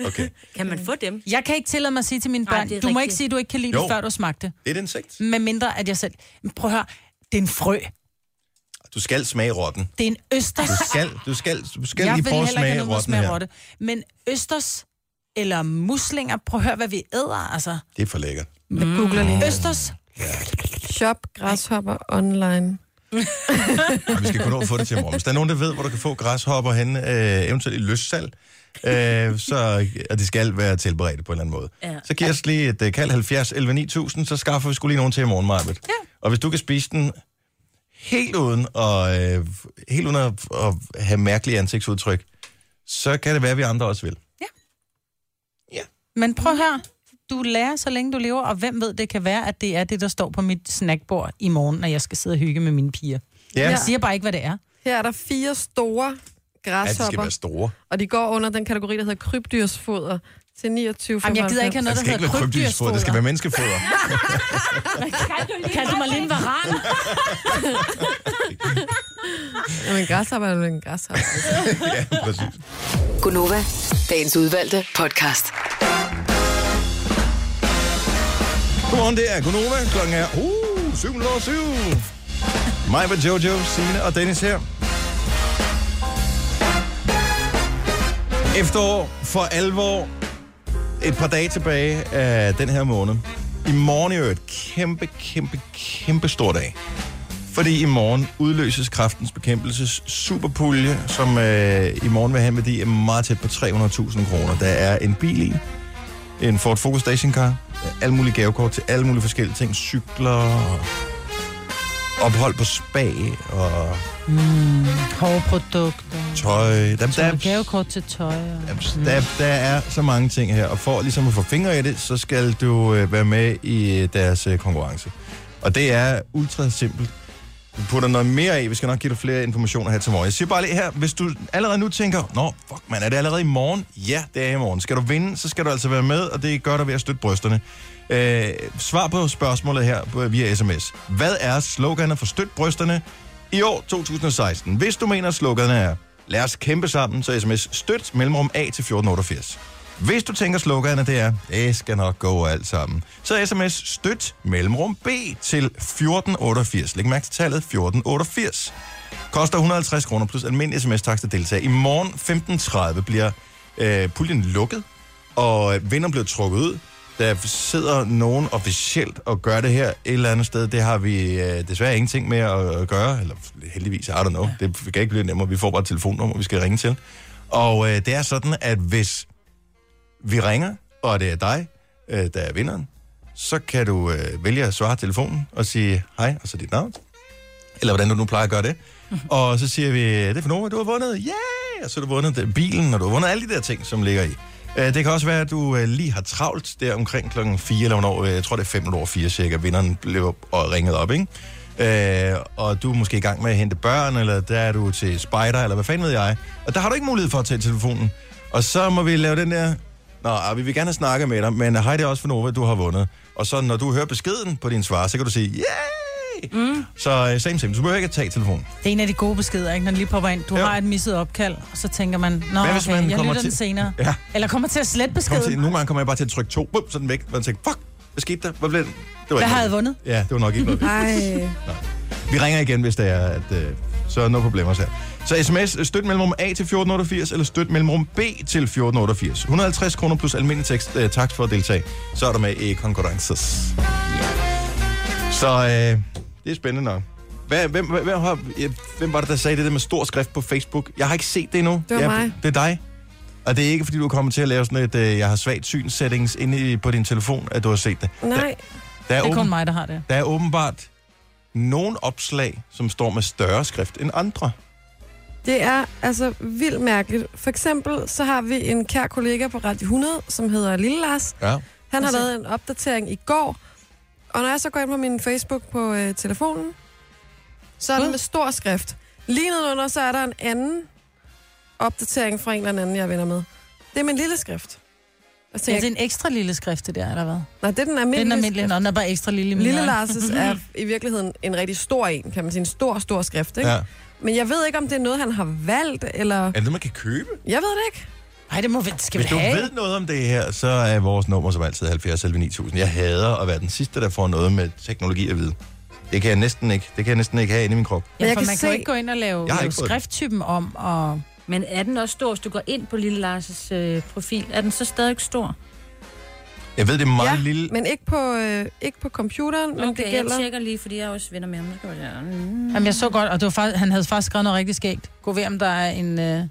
Okay. Kan man få dem? Jeg kan ikke tillade mig at sige til mine Nej, børn, det er du må rigtigt. ikke sige, at du ikke kan lide Jo. det, før du har smagt det. Det er et insekt. Med mindre, at jeg selv... Men Prøv at høre, det er en frø. Du skal smage rotten. Det er en østers. Du skal, du skal, du skal jeg lige vil prøve at heller smage ikke have noget rotten smag her. rotte. Men østers eller muslinger, prøv at høre, hvad vi æder, altså. Det er for lækkert. Jeg googler lige. Østers, Shop græshopper online. Og vi skal kun nå at få det til i morgen. Hvis der er nogen, der ved, hvor du kan få græshopper hen, øh, eventuelt i løssal, øh, så, og de skal være tilberedte på en eller anden måde. Ja. Ja. Så giv os lige et øh, kald 70 11 9000, så skaffer vi skulle lige nogen til i morgen, Marbet. Ja. Og hvis du kan spise den helt uden at, øh, helt uden at, at have mærkelige ansigtsudtryk, så kan det være, at vi andre også vil. Men prøv her. Du lærer, så længe du lever, og hvem ved, det kan være, at det er det, der står på mit snackbord i morgen, når jeg skal sidde og hygge med mine piger. Ja, Jeg ja. siger bare ikke, hvad det er. Her er der fire store ja de skal græshopper, være store. og de går under den kategori, der hedder krybdyrsfoder til 29 Jamen, jeg gider ikke have Altså, Det skal noget, der ikke være hedder krybdyrsfoder, det skal være menneskefoder. Kan du mig lige en varan? Jamen, en græshopper er jo en græshopper. ja, præcis. Gunova, dagens udvalgte podcast. Godmorgen, det er Gunova. Klokken er uh, 7.07. Mig var Jojo, Signe og Dennis her. Efterår for alvor. Et par dage tilbage af den her måned. I morgen er jo et kæmpe, kæmpe, kæmpe stor dag. Fordi i morgen udløses kraftens bekæmpelses superpulje, som øh, i morgen vil have en værdi af meget tæt på 300.000 kroner. Der er en bil i, en Ford Focus stationcar, alle mulige gavekort til alle mulige forskellige ting, cykler, og ophold på spa og Hårprodukter, tøj. Der, der, og gavekort Mm. til tøj. Og... der, der er så mange ting her, og for ligesom at få fingre i det, så skal du øh, være med i øh, deres øh, konkurrence. Og det er ultra simpelt. Vi putter noget mere i, vi skal nok give dig flere informationer her til morgen. Jeg siger bare lige her, hvis du allerede nu tænker, nå, fuck man, er det allerede i morgen? Ja, det er i morgen. Skal du vinde, så skal du altså være med, og det gør dig ved at støtte brysterne. Øh, svar på spørgsmålet her på- via sms. Hvad er sloganet for støt brysterne i år 2016? Hvis du mener, at sloganet er, lad os kæmpe sammen, så sms støt mellemrum A til 1488. Hvis du tænker, sloganet det er, det skal nok gå alt sammen, så sms støt mellemrum B til 1488. Læg mærke til tallet 1488. Koster 150 kroner plus almindelig sms-takst at deltage. I morgen 15.30 bliver øh, puljen lukket, og øh, vinderen bliver trukket ud. Der sidder nogen officielt og gør det her et eller andet sted. Det har vi øh, desværre ingenting med at, at gøre, eller heldigvis, I don't know. Det kan ikke blive nemmere. Vi får bare et telefonnummer, vi skal ringe til. Og øh, det er sådan, at hvis vi ringer, og det er dig, øh, der er vinderen, så kan du øh, vælge at svare telefonen og sige hej, og så dit navn. Eller hvordan du nu plejer at gøre det. Og så siger vi, det er for Nova, du har vundet. Ja! Yeah! Og så har du vundet den- bilen, og du har vundet alle de der ting, som ligger i. Øh, Det kan også være, at du øh, lige har travlt der omkring klokken 4 eller hvornår, øh, jeg tror det er 5 over 4 cirka, vinderen blev op- og ringet op, ikke? Øh, og du er måske i gang med at hente børn, eller der er du til spider, eller hvad fanden ved jeg. Og der har du ikke mulighed for at tage telefonen. Og så må vi lave den der, Nå, ah, vi vil gerne snakke med dig, men hej, det er også for Nova, du har vundet. Og så når du hører beskeden på din svar, så kan du sige, yay! Mm. Så øh, same, same. Du behøver ikke at tage telefonen. Det er en af de gode beskeder, ikke? Når den lige popper ind. Du Jo. har et misset opkald, og så tænker man, Nå, Hvad hvis man okay, jeg kommer lytter til... den til- senere. Ja. Eller kommer til at slette Kom beskeden. til, nogle gange kommer jeg bare til at trykke to, bum, så er den væk. Man tænker, fuck, hvad skete der? Hvad blev det? det var Hvad ikke har jeg noget. vundet? Ja, det var nok ikke noget. vigtigt. Ej, Vi ringer igen, hvis det er, at øh, så er no problemer her. Så sms, øh, støt mellemrum A til 1488, eller støt mellemrum B til 1488. 150 kroner plus almindelig tekst, øh, tak for at deltage. Så er du med i konkurrences. Så øh, det er spændende nok. Hvad, hvem, hvem, hvem, har, øh, hvem var det, der sagde det der med stor skrift på Facebook? Jeg har ikke set det endnu. Det var ja, mig. Det er dig. Og det er ikke, fordi du kommer til at lave sådan et, øh, jeg har svagt syn-settings inde i, på din telefon, at du har set det. nej. Der er, Det er åben, kun mig, der har det. der er åbenbart nogle opslag, som står med større skrift end andre. Det er altså vildt mærkeligt. For eksempel så har vi en kær kollega på Radio 100, som hedder Lille Lars. Ja. Han har Altså- lavet en opdatering i går, og når jeg så går ind på min Facebook på øh, telefonen, så er den Gud. med stor skrift. Lige nedenunder, så er der en anden opdatering fra en eller anden, jeg venner med. Det er min lille skrift. Og så Ja, tænker, det er jeg, en ekstra lille skrift, det der, eller hvad? Det nej, det er den er den almindelige, almindelige, skrift. og den er bare ekstra lille. i mine Lille øjne. Lars' er i virkeligheden en rigtig stor en, kan man sige. En stor, stor skrift, ikke? ja. Men jeg ved ikke, om det er noget, han har valgt, eller... Er det noget, man kan købe? Jeg ved det ikke. Ej, det må vi, skal vi Hvis du have. ved noget om det her, så er vores nummer som altid 70 11 9000. Jeg hader at være den sidste, der får noget med teknologi at vide. Det kan jeg næsten ikke. Det kan jeg næsten ikke have inde i min krop. Ja, Men jeg for kan man se- kan jo ikke gå ind og lave, Jeg har lave ikke fået den. skrifttypen om, og Men er den også stor, hvis du går ind på Lille Lars' øh, profil? Er den så stadig stor? Jeg ved, det er meget ja, lille... men ikke på, øh, ikke på computeren, men det Okay, jeg gælder... tjekker lige, fordi jeg er også venner med ham. Så kan jeg- Mm. Jamen, jeg så godt, og det var faktisk, han havde faktisk skrevet noget rigtig skægt. Gå ved, om der er en, øh,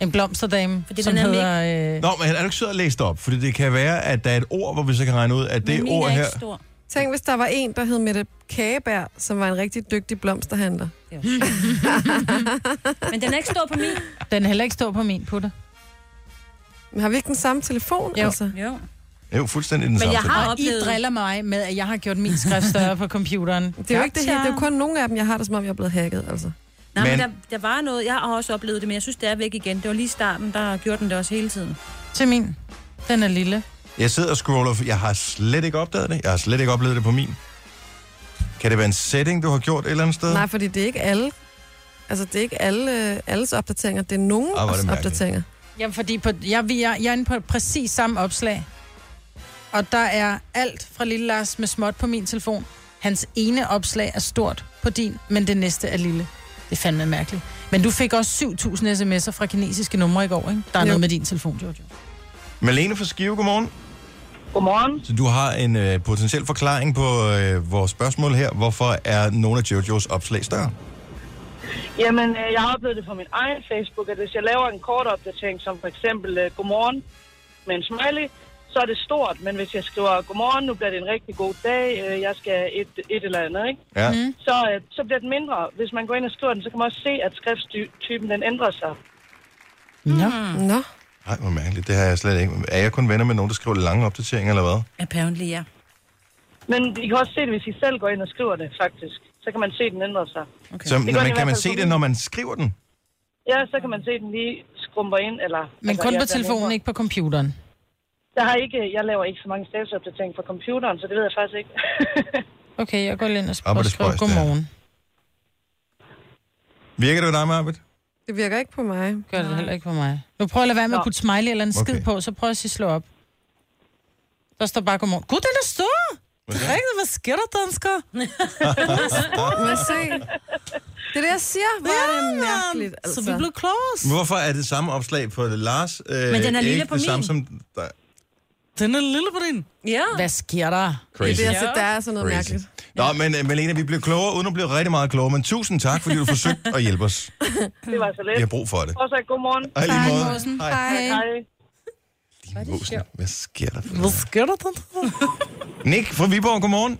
en blomsterdame, Fordi som den er hedder... Øh, Nå, men er du ikke sød at læse det op? Fordi det kan være, at der er et ord, hvor vi så kan regne ud, at det Men min ord er her... ikke stor. Tænk, hvis der var en, der hed Mette Kagebær, som var en rigtig dygtig blomsterhandler. Ja. Men den er ikke stor på min. den er heller ikke stå på min putte. Men har vi ikke den samme telefon? Jo. Altså? Jo. Det er jo fuldstændig den Men samme. jeg har Og I oplevet... driller mig med, at jeg har gjort min skrift større på computeren. Det er jo ikke det her. Det er jo kun nogle af dem, jeg har det, som om jeg er blevet hacket. Altså. Nej, men, Men- men der, der, var noget. Jeg har også oplevet det, men jeg synes, det er væk igen. Det var lige i starten, der gjorde den det også hele tiden. Til min. Den er lille. Jeg sidder og scroller, for jeg har slet ikke opdaget det. Jeg har slet ikke oplevet det på min. Kan det være en setting, du har gjort et eller andet sted? Nej, fordi det er ikke alle. Altså, det er ikke alle, øh, alles opdateringer. Det er nogen Ah, hvor er det ah, mærkeligt. opdateringer. Jamen, fordi på, jeg, vi er- jeg er inde på præcis samme opslag. Og der er alt fra lille Lars med småt på min telefon. Hans ene opslag er stort på din, men det næste er lille. Det er fandme mærkeligt. Men du fik også 7.000 sms'er fra kinesiske numre i går, ikke? Der er Jo. jo. noget med din telefon, Jojo. Malene fra Skive, godmorgen. Godmorgen. Så du har en øh, potentiel forklaring på øh, vores spørgsmål her. Hvorfor er nogle af Jojos opslag større? Jamen, øh, jeg har oplevet det fra min egen Facebook, at hvis jeg laver en kort opdatering, som for eksempel øh, godmorgen med en smiley, så er det stort. Men hvis jeg skriver godmorgen, nu bliver det en rigtig god dag, øh, jeg skal et, et eller andet, ikke? Ja. Mm. Så, øh, så bliver den mindre. Hvis man går ind og skriver den, så kan man også se, at skrifttypen den ændrer sig. Ja. Nå, Ej, hvor mærkeligt. Det har jeg slet ikke. Er jeg kun venner med nogen, der skriver lange opdateringer, eller hvad? Apparently, ja. Men I kan også se det, hvis I selv går ind og skriver det, faktisk. Så kan man se, at den ændrer sig. Okay. Så, gør men den i kan hvert man fald se på det, min. når man skriver den? Ja, så kan man se, at den lige skrumper ind. Eller, altså, Men kun ja, på den telefonen, ændrer. ikke på computeren. Jeg, har ikke, jeg laver ikke så mange statusopdateringer fra computeren, så det ved jeg faktisk ikke. Okay, jeg går lige ind og, Op, og, hvor og det skriver spøjst, det er. godmorgen. Virker det ved dig, Marbet? det virker ikke på mig. Gør det heller ikke for mig. Nu prøver jeg at lade være med at Nå. putte smiley eller en skid Okay. på, så prøv at sige slå op. Der står bare godmorgen. Gud, den er stor! Rigtig, hvad sker der, dansker? Men se, det er det, jeg siger. Hvor er det mærkeligt, altså. Så vi blev klogere. Hvorfor er det samme opslag på Lars? Øh, den er lille ikke på det Samme min. som dig? Den er lille på din. Ja. Hvad sker der? Det er Crazy. det, jeg siger, der er sådan noget Crazy. mærkeligt. Nå, men øh, Malene, vi blev klogere, uden at blive rigtig meget klogere, men tusind tak, fordi du forsøgte at hjælpe os. Det var så Vi har let. brug for det. Og så godmorgen. Hej, lige måde. Mosen. Hej, Hej. din Mosen. Hvad sker der? for Hvad noget? sker der? Den? Nick fra Viborg, godmorgen.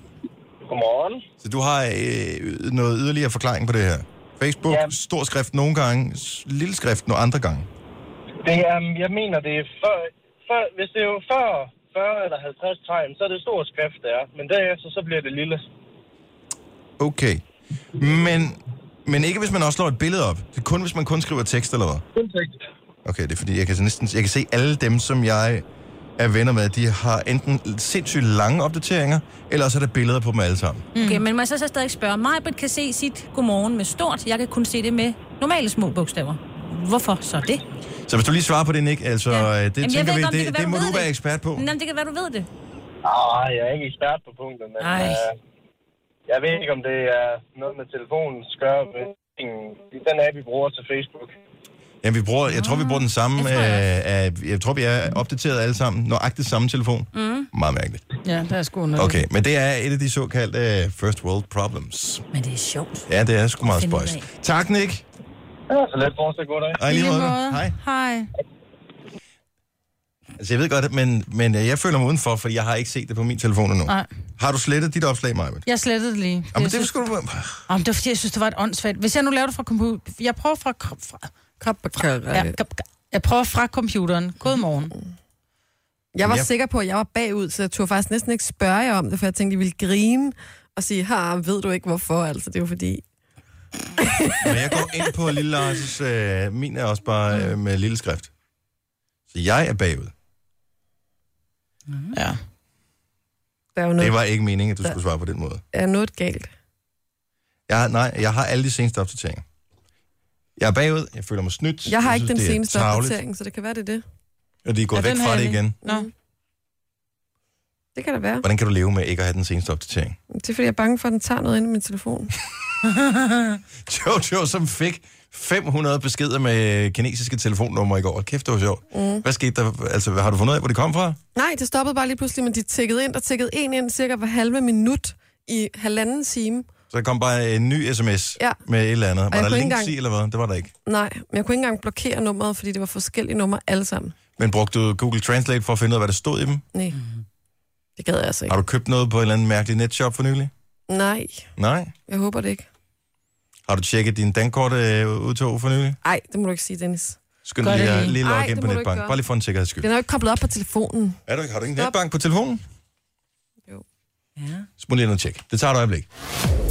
Godmorgen. Så du har øh, noget yderligere forklaring på det her. Facebook, Ja. stor skrift nogle gange, s- lille skrift nogle andre gange. Det er, øhm, jeg mener, det er før, før, hvis det er jo før 40 eller 50 tegn, så er det stor skrift, det er. Men derefter, så bliver det lille. Okay. Men, men ikke hvis man også slår et billede op. Det er kun, hvis man kun skriver tekst, eller hvad? Indtægt. Okay, det er fordi, jeg kan, så næsten, jeg kan se alle dem, som jeg er venner med, de har enten sindssygt lange opdateringer, eller også er der billeder på dem alle sammen. Okay, men man så, så stadig spørge. Majbrit kan se sit godmorgen med stort. Jeg kan kun se det med normale små bogstaver. Hvorfor så det? Så hvis du lige svarer på det, Nick, altså, Ja. ja. det jeg tænker ved vi, ikke, om det det, kan det, være, det må du ved du være det. ekspert på. Jamen, det kan være, du ved det. Ah, jeg er ikke ekspert på punktet, men Ej. øh, jeg ved ikke, om det er noget med telefonen skør ved ingen- den app, vi bruger til Facebook. Jamen, vi bruger, jeg tror, vi bruger den samme. Det Jeg tror tror, jeg jeg, øh, af- jeg tror vi er opdateret alle sammen. Nøjagtigt samme telefon. Mm. Meget mærkeligt. Ja, der er sgu underligt. Okay, men det er et af de såkaldte øh, first world problems. Men det er sjovt. Ja, det er sgu meget Finde ud spøjst. Tak, Nick. Ja, så let fortsat god dag. Ej, lige måde. Hej. Hej. Hej. Altså, jeg ved godt, men, men øh, jeg føler mig udenfor, fordi jeg har ikke set det på min telefon endnu. Nej. Har du slettet dit opslag, Majbet? Jeg slettede det lige. Jamen, Jeg synes- det skulle du... Jamen, det var fordi, jeg synes, det var et åndssvagt. Hvis jeg nu laver det fra computer... Jeg prøver fra... fra, fra ja, kop- jeg prøver fra computeren. Godmorgen. Jeg var Jeg- sikker på, at jeg var bagud, så jeg turde faktisk næsten ikke spørge jer om det, for jeg tænkte, I ville grine og sige, her ved du ikke hvorfor, altså det er jo fordi. Men jeg går ind på Lille Lars' øh, min er også bare øh, med lille skrift. Så jeg er bagud. Ja. Der er jo noget, Det var... var ikke meningen, at du skulle svare på den måde. er noget galt. Jeg har, nej, jeg har alle de seneste opdateringer. Jeg er bagud, jeg føler mig snydt. Jeg har synes, ikke den det er seneste tarveligt, opdatering, så det kan være, det er det. Og de er gået Ja, væk den har fra jeg det lige. igen. Nå. Mm. Det kan det være. Hvordan kan du leve med ikke at have den seneste opdatering? Det er, fordi jeg er bange for, at den tager noget ind i min telefon. Jojo, som fik 500 beskeder med kinesiske telefonnumre i går. Hold Kæft, det var sjovt. Mm. Hvad skete der? Altså, har du fundet ud af, hvor det kom fra? Nej, det stoppede bare lige pludselig, men de tækkede ind og tækkede en ind cirka hver halve minut i halvanden time. Så der kom bare en ny sms Ja. med et eller andet. Var jeg der kunne ikke links engang- i, eller hvad? Det var der ikke. Nej, men jeg kunne ikke engang blokere nummeret, fordi det var forskellige numre alle sammen. Men brugte du Google Translate for at finde ud af, hvad der stod i dem? Nej, det gad jeg altså ikke. Mhm. Har du købt noget på en eller anden mærkelig netshop for nylig? Nej, Nej. jeg håber det ikke. Har du tjekket din dankort øh, udtog for nylig? Nej, det må du ikke sige, Dennis. Skynd Gør dig lige det at lige. lige Ej, logge ind det på må du ikke netbank. gøre. Bare lige for en sikkerheds skyld. Den er jo ikke koblet op på telefonen. Er du, ikke- har du ikke Stop. netbank på telefonen? Jo. Ja. Smut lige ind og tjek. Det tager et øjeblik.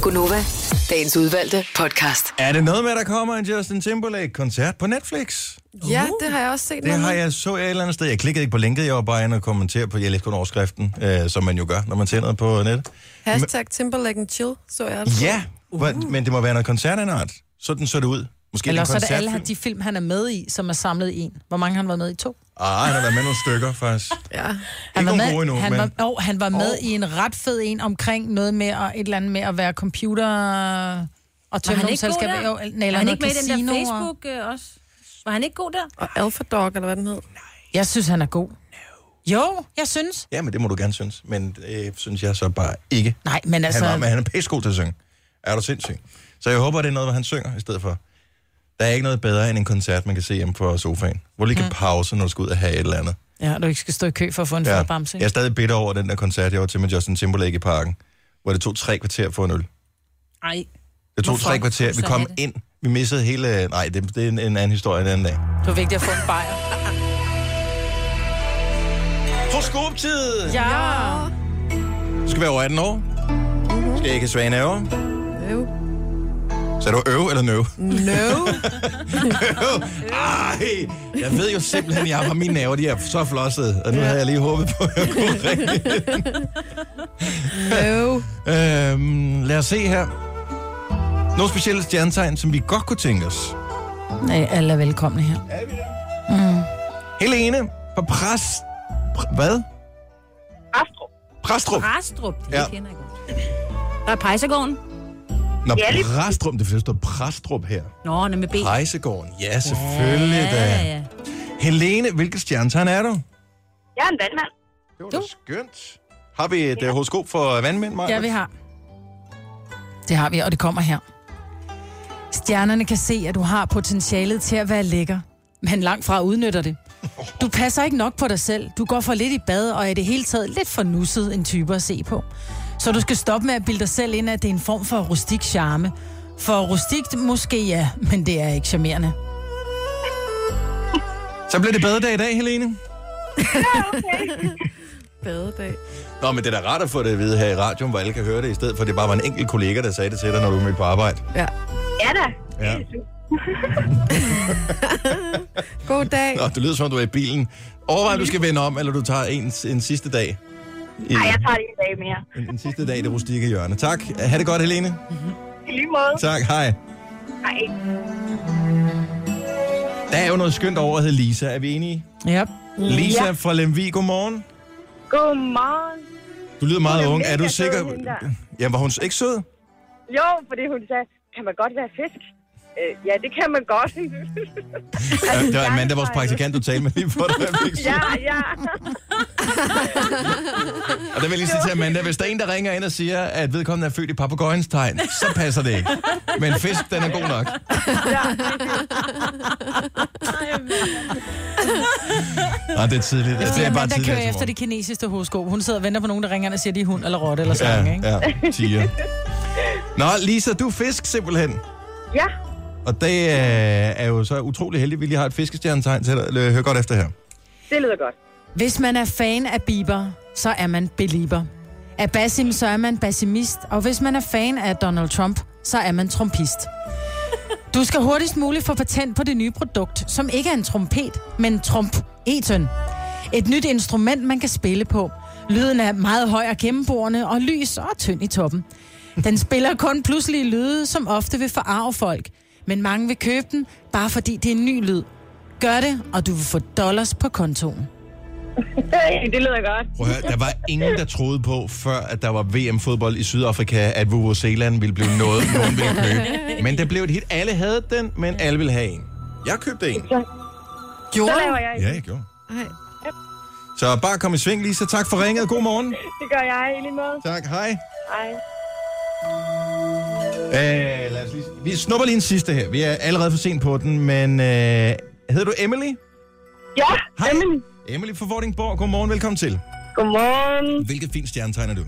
Gunova, dagens udvalgte podcast. Er det noget med, at der kommer en Justin Timberlake-koncert på Netflix? Ja, det har jeg også set. Uh. Det noget har med. jeg så jeg et eller andet sted. Jeg klikkede ikke på linket, jeg var bare inde og kommentere på, jeg læste kun overskriften, øh, som man jo gør, når man ser noget på nettet. Hashtag Timberlake and chill, så jeg det. Ja, Uh-huh. uh. men det må være noget koncert af en art. Sådan så det ud. Måske Eller en så er det alle koncertfilm. de film, han er med i, som er samlet i en. Hvor mange har han været med i? To? Ah, han har været med nogle stykker, faktisk. Ja. Han var ikke med, nogen gode endnu, han, men... var, oh, han var med oh. i en ret fed en omkring noget med at, et eller andet med at være computer og Var han tømme ikke nogle god selskaber. der? Jo, eller Var han noget ikke med i den der casinoer. Facebook øh, også? Var han ikke god der? Og Alpha Dog, eller hvad den hed. Jeg synes, han er god. Jo, jeg synes. Ja, men det må du gerne synes. Men øh, synes jeg så bare ikke. Nej, men Altså... altså... Han, var, men han er pæsgod til at synge. Er du sindssyg? Så jeg håber, det er noget, hvor han synger i stedet for. Der er ikke noget bedre end en koncert, man kan se hjemme på sofaen. Hvor du lige kan pause, når du skal ud og have et eller andet. Ja, du ikke skal stå i kø for at få en ja. Jeg er stadig bitter over den der koncert, jeg var til med Justin Timberlake i parken. Hvor det tog tre kvarter for en øl. Nej. Det tog Hvorfor? tre kvarter. Vi Så er kom det. ind. Vi missede hele... Nej, det, det er en, en anden historie en anden dag. Det var vigtigt at få en bajer. Horoskoptid! Ja. Ja. Du skal være over 18 år. Du skal ikke have svage nerver. Øv. Så er du øv eller nøv? No. Ej, jeg ved jo simpelthen, jeg har mine nerver, de er så flossede, og nu havde jeg lige håbet på, at jeg kunne ringe. No. øhm, lad os se her. Nogle specielle stjernetegn, som vi godt kunne tænke os. Nej, alle er velkomne her. Helene fra Præst... Pr- hvad? Astro. Præstrup. Rastrup, det Ja. ja. kender jeg godt. Der er Pejsegården. Nå, Ja, lige- Præstrup, det er fordi, der står Præstrup her. Nå, den er med B. Rejsegården, ja, selvfølgelig da. ja. Helene, hvilket stjernetegn er du? Jeg er en vandmand. Det var da skønt. Har vi et ja. horoskop for vandmænd, Maja? Ja, vi har. Det har vi, og det kommer her. Stjernerne kan se, at du har potentialet til at være lækker, men langt fra udnytter det. Du passer ikke nok på dig selv. Du går for lidt i bad og er i det hele taget lidt for nusset en type at se på. Så du skal stoppe med at bilde dig selv ind, at det er en form for rustik charme. For rustikt måske ja, men det er ikke charmerende. Så bliver det badedag i dag, Helene. Badedag. Nå, men det er da rart at få det at vide her i radioen, hvor alle kan høre det i stedet, for det bare var en enkelt kollega, der sagde det til dig, når du mødte på arbejde. Ja. Ja da. Ja. God dag. Nå, det lyder som om, du er i bilen. Overvej, om du skal vende om, eller du tager en, en sidste dag. I, Ej, jeg tager lige en dag mere. en, en sidste dag i det rustikke hjørne. Tak. Ha' det godt, Helene. I lige måde. Tak. Hej. Hej. Der er jo noget skønt over at hedde Lisa. Er vi enige? Ja. Lisa fra Lemvig, godmorgen. Godmorgen. Du lyder meget Hun er ung. mega Er du sød, sikker? hende der. Altså, Ja, var hun ikke sød? Jo, fordi hun sagde, kan man godt være fisk? Øh, ja, det kan man godt. Ja, det var Amanda, vores praktikant, du talte med lige for dig. ja, ja. Og der vil jeg lige sige til Amanda, hvis der er en, der ringer ind og siger, at vedkommende er født i papagøjens tegn, så passer det ikke. Men fisk, den er god nok. Nej, Ah, det er tidligt. Det, Det er er bare mand, der tidligt. kører efter det kinesiske hovedsko. Hun sidder og venter på nogen, der ringer ind og siger, de er hund eller rotte eller sådan, ja, ikke? Ja, ja, tiger. Nå, Lisa, du er fisk simpelthen. ja. Og det øh, er jo så utrolig heldigt, at vi lige har et fiskestjernetegn til dig. Hør godt efter her. Det lyder godt. Hvis man er fan af Bieber, så er man belieber. Af Basim, så er man basimist, og hvis man er fan af Donald Trump, så er man trompist. Du skal hurtigst muligt få patent på det nye produkt, som ikke er en trompet, men trompeten. Et nyt instrument, man kan spille på. Lyden er meget høj og gennemborende, og lys og tynd i toppen. Den spiller kun pludselige lyde, som ofte vil forarve folk. Men mange vil købe den, bare fordi det er en ny lyd. Gør det, og du vil få dollars på kontoen. Hey, det lyder godt. Prøv at høre, der var ingen, der troede på, før at der var VM-fodbold i Sydafrika, at Vuvuzelaen ville blive noget, nogen ville købe. Men det blev et hit. Alle havde den, men alle ville have en. Jeg købte en. Så Gjorde du? laver jeg en. Ja, jeg gjorde. Ej. Så bare kom i sving, Lisa. Tak for ringet. God morgen. Det gør jeg i lige måde. Tak. Hej. Hej. Øh, lad os lige... Vi snupper lige en sidste her. Vi er allerede for sent på den, men... Øh, hedder du Emily? Ja, Hej. Emily. Emily fra Vordingborg. Godmorgen. Velkommen til. Godmorgen. Hvilket fint stjernetegn er du?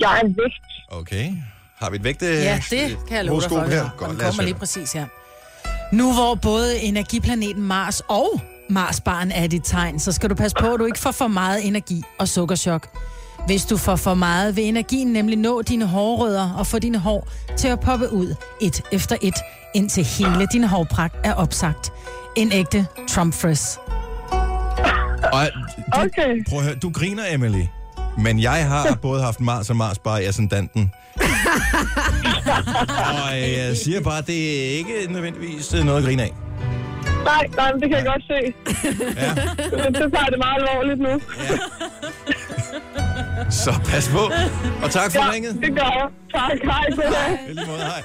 Jeg er en vægt. Okay. Har vi et vægte Ja, det kan jeg love dig for. Øh, horoskop vi Her? har. Og Godt, den lad os kommer høre lige det. præcis her. Nu hvor både energiplaneten Mars og Marsbarn er i dit tegn, så skal du passe på, at du ikke får for meget energi og sukkerchok. Hvis du får for meget, vil energien nemlig nå dine hårrødder og få dine hår til at poppe ud et efter et, indtil hele din hårpragt er opsagt. En ægte Trump frizz. Og du, Okay. prøv at høre, du griner, Emily. Men jeg har både haft Mars og Mars bare i ascendanten. og øh, jeg siger bare, det er ikke nødvendigvis øh, noget at grine af. Nej, nej, men det kan jeg godt se. Ja. Men så tager jeg det meget alvorligt nu. Så pas på. Og tak for ringet. det gør jeg. Tak, hej. God dag. I lige måde, hej.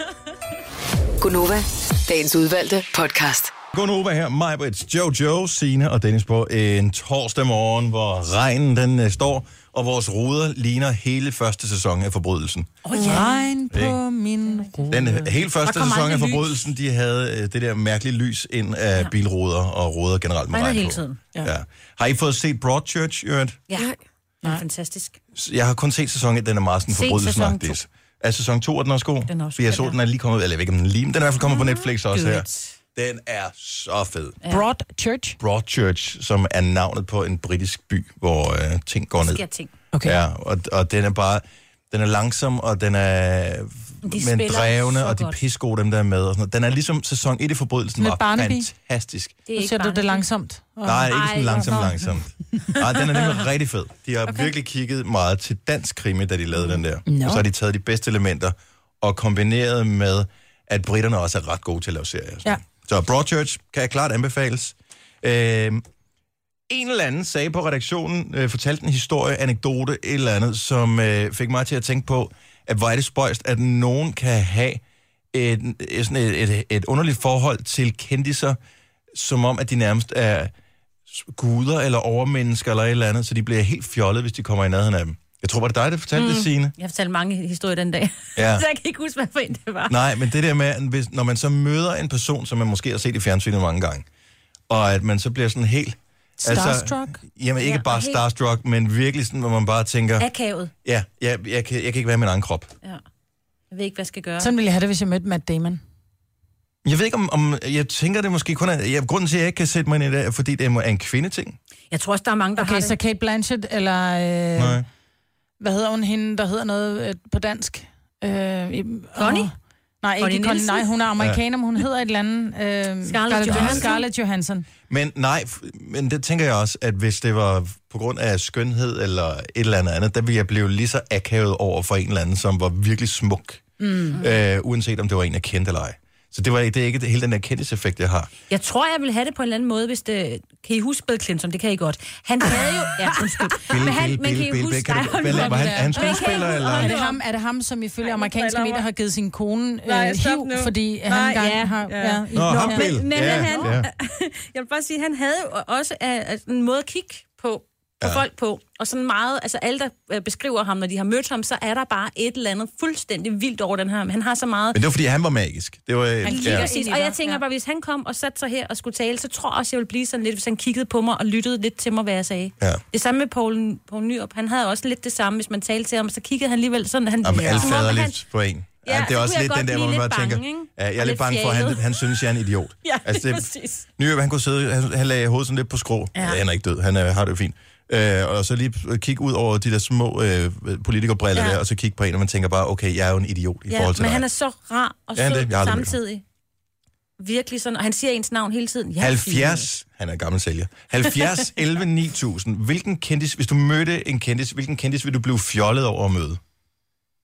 Gunova, dagens udvalgte podcast. Gunova her, Majbrits, Jojo, Sine og Dennis på en torsdag morgen, hvor regnen den øh, står, og vores ruder ligner hele første sæson af Forbrydelsen. Oh, ja. Regn på min rude. Den Mm. øh, hele første Der kom sæson af aldrig lys. Forbrydelsen, de havde øh, det der mærkelige lys ind af bilruder og ruder generelt med Regner regn hele på. tiden, Ja. Ja. Har I fået set Broadchurch, Jørgen? Ja, det er fantastisk. Jeg har kun set sæson 1, den er meget sådan Set forbrydelsen sæson Er sæson 2, er den også god? Den er også For jeg god, så, ja. Mm. den er lige kommet, eller jeg ved ikke, om den er lige, men den er i hvert fald kommet på Netflix også her. Good. Den er så fed. Broad Church. Broadchurch, som er navnet på en britisk by, hvor øh, ting går ned. Sker ting. Okay. Ja, og, og den er bare... Den er langsom, og den er men spiller drevne, så og de er godt. pissegode, dem der er med. Og sådan noget. Den er ligesom sæson 1 i forbrydelsen Med var Barnaby? fantastisk. Det er Så ikke siger du bare det langsomt. Og Nej, ikke Ej, sådan langsomt, nå. langsomt. Nej, den er nemlig rigtig fed. De har okay. virkelig kigget meget til dansk krimi, da de lavede den der. Nå. Og så har de taget de bedste elementer og kombineret med, at britterne også er ret gode til at lave serier. og sådan Ja. noget. Så Broadchurch kan jeg klart anbefales. Øhm, en eller anden sagde på redaktionen, øh, fortalte en historie, anekdote, et eller andet, som øh, fik mig til at tænke på, at hvor er det spøjst, at nogen kan have et, et, sådan et, et, et underligt forhold til kendiser, som om, at de nærmest er s- guder eller overmennesker eller et eller andet, så de bliver helt fjollet, hvis de kommer i nærheden af dem. Jeg tror, var det dig, der fortalte mm. det, Signe? Jeg har fortalt mange historier den dag, Ja. så jeg kan ikke huske, hvad for en det var. Nej, men det der med, at hvis, når man så møder en person, som man måske har set i fjernsynet mange gange, og at man så bliver sådan helt... altså- Starstruck? Jamen ikke Ja, ja, og bare helt- starstruck, men virkelig sådan, hvor man bare tænker, Akavet. ja, jeg, jeg, kan, jeg kan ikke være i min egen krop. Ja. Jeg ved ikke, hvad jeg skal gøre. Sådan ville jeg have det, hvis jeg mødte Matt Damon. Jeg ved ikke, om, om jeg tænker det måske kun er... Jeg, grunden til, at jeg ikke kan sætte mig ind i det, er, fordi det er en kvindeting. Jeg tror også, der er mange, der har Okay, så det. Kate Blanchett, eller... Øh, Nej. Hvad hedder hun hende, der hedder noget øh, på dansk? Øh, i- Connie? Åh. Nej, Connie ikke Connie. Connie Nielsen? nej, hun er amerikaner, men hun hedder et eller andet... Øh, Johansson. Scarlett Johansson. Men nej, f- men det tænker jeg også, at hvis det var på grund af skønhed eller et eller andet andet, der ville jeg blive lige så akavet over for en eller anden, som var virkelig smuk. Mm. Øh, uanset om det var en, jeg kendte eller ej. Så det, var, det er ikke det, hele den der kendiseffekt, jeg har. Jeg tror, jeg ville have det på en eller anden måde, hvis det... Kan I huske Bill Clinton? Det kan I godt. Han havde jo... Ja, undskyld. Bill, Men han, Bill, man kan Bill, I Bill, huske... Bill, kan Nej, du- hold Bill, nu var op. han- Men han jeg kan ikke skuespiller, huske- eller- Ej, Er det det, er ham. ham, er det ham, som ifølge Ej, amerikanske nu driller medier mig. har givet sin kone øh, Nej, stop hiv, nu. fordi han Nej, engang ja, har... ja. i- Nå, ham ja. Bill. Men- men ja, han- ja. Jeg vil bare sige, han havde jo også øh, altså, en måde at kigge på, på ja. folk på. Og sådan meget... Altså alle, der øh, beskriver ham, når de har mødt ham, så er der bare et eller andet fuldstændig vildt over den her. Han har så meget... Men det var, fordi han var magisk. Det var, Han han kigger ja. ja. præcis, ind i og dig, jeg tænker ja. bare, hvis han kom og satte sig her og skulle tale, så tror jeg også, jeg ville blive sådan lidt, hvis han kiggede på mig og lyttede lidt til mig, hvad jeg sagde. Ja. Det samme med Poul, Poul Nyrup. Han havde også lidt det samme, hvis man talte til ham, så kiggede han alligevel sådan, at han... Jamen, Ja. alt Som om, fader at han- lidt på en. Ja, Ja, det så er kunne også jeg lidt godt den der, hvor blive man bare lidt tænker, bange, ikke? ja, jeg er Og lidt lidt bange for, at han, fjalet. han synes, jeg er en idiot. Altså, Ja, lige det, præcis. Nyhjælp, han kunne sidde, han, han lagde hovedet sådan lidt på skrå. Ja. Han er ikke død, han er, har det jo fint. Øh, og så lige kigge ud over de der små øh, politikerbriller Ja. ja. der, og så kigge på en, og man tænker bare, okay, jeg er jo en idiot i Ja, forhold men til dig. han er så rar og Ja, han sød det. Jeg har aldrig mødt ham. samtidig. Virkelig sådan, og han siger ens navn hele tiden. Ja, 70, han er gammel sælger. 70, 11, 9000. Hvilken kendis, hvis du mødte en kendis, hvilken kendis vil du blive fjollet over at møde?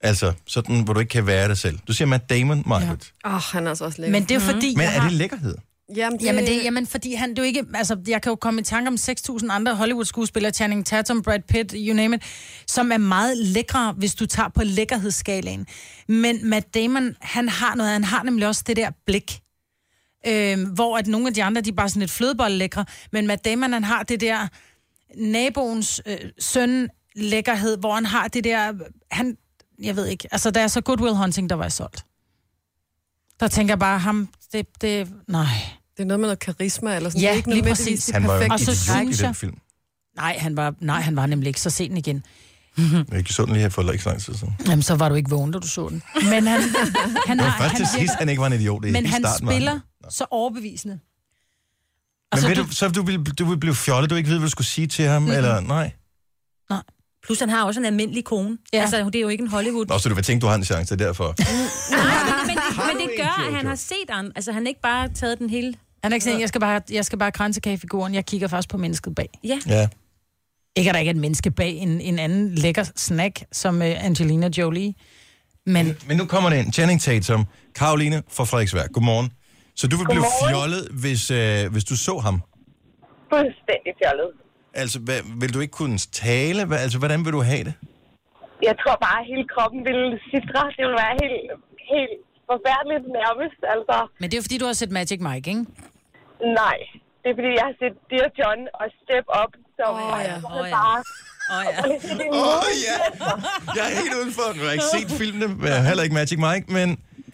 Altså, sådan, hvor du ikke kan være dig selv. Du siger Matt Damon, Margaret. Ja. Åh, oh, han er altså også lækker. Men det er jo fordi, Men jeg er har... det lækkerhed? jamen, det, Jamen, det, jamen, fordi han det er jo ikke... Altså, jeg kan jo komme i tanke om 6.000 andre Hollywood-skuespillere, Channing Tatum, Brad Pitt, you name it, som er meget lækre, hvis du tager på lækkerhedsskalaen. Men Matt Damon, han har noget, han har nemlig også det der blik. Øhm, hvor at nogle af de andre, de er bare sådan lidt flødeboldlækre, men Matt Damon, han har det der naboens øh, søn lækkerhed, hvor han har det der... Han, jeg ved ikke, altså der er så Goodwill Hunting, der var jeg solgt. Der tænker jeg bare, ham, det, det, nej. det er noget med noget karisma eller sådan. Ja, det er ikke lige nødvendigvis præcis. de Han var jo en perfekte Og så idiot synes i den jeg- film. Nej, han var, nej, han var nemlig ikke. Så se den igen. Jeg så den lige her for ikke så lang tid siden. Jamen, så var du ikke vågen, da du så den. Men han, han, Det har, var først til han, sidst, han ikke var en idiot. Det er men i han starten, var spiller så overbevisende. Og Men så ved du, du, så du ville, du ville blive fjollet, du ikke ved, hvad du skulle sige til ham, mm-hmm. eller nej? Plus han har også en almindelig kone. Ja. Ja. Altså, det er jo ikke en Hollywood. Nå, så du vil tænke, du har en chance derfor. Nej, men, det- men det gør, at han har set ham. Altså, han har ikke bare taget den hele... han er ikke sådan, jeg skal bare, jeg skal bare kransekage figuren. Jeg kigger først på mennesket bag. Ja, ja. Ikke, at der ikke er et menneske bag en, en anden lækker snack, som øh, Angelina Jolie. Men Men nu kommer det ind. Channing Tatum, Karoline fra Frederiksberg. Godmorgen. Så du vil blive Godmorgen. fjollet, hvis, øh, hvis du så ham? Fuldstændig fjollet. Altså, hvad, vil du ikke kunne tale? Hvad, altså, hvordan vil du have det? Jeg tror bare, at hele kroppen ville sidre. Det ville være helt, helt forfærdeligt nærmest. Altså, Men det er jo fordi, du har set Magic Mike, ikke? nej. Det er fordi, jeg har set Dear John og Step Up, som Åh, oh, ja. ja. Åh, ja. bare... og ja. Åh, oh, ja! Jeg er helt udenfor. Nu har jeg ikke set filmene, men jeg har heller ikke Magic Mike, men...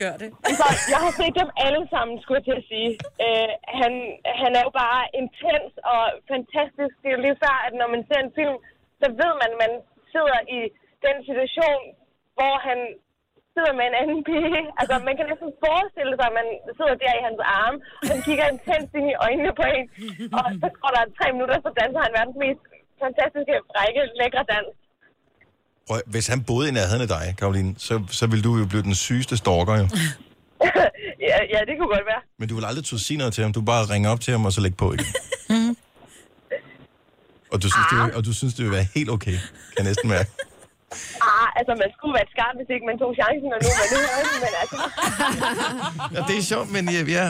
Gør det. Så jeg har set dem alle sammen, skulle jeg til at sige. Øh, han, han er jo bare intens og fantastisk. Det er jo lige før, at når man ser en film, så ved man, at man sidder i den situation, hvor han sidder med en anden pige. Altså, man kan næsten forestille sig, at man sidder der i hans arme, og han kigger intenst ind i øjnene på en. Og så går der tre minutter, så danser han verdens mest fantastiske, frække, lækre dans. Prøv, hvis han boede i nærheden af dig, Karoline, så, så ville du jo blive den sygeste stalker, jo. ja, ja, det kunne godt være. Men du vil aldrig turde sige noget til ham. Du bare ringer op til ham, og så lægge på igen. og, du synes, det, vil- og du synes, det vil være helt okay, kan jeg næsten mærke. Ah, altså, man skulle være et skarp, hvis ikke man tog chancen, og nu er man det her. Men altså... Ja, det er sjovt, men jeg, jeg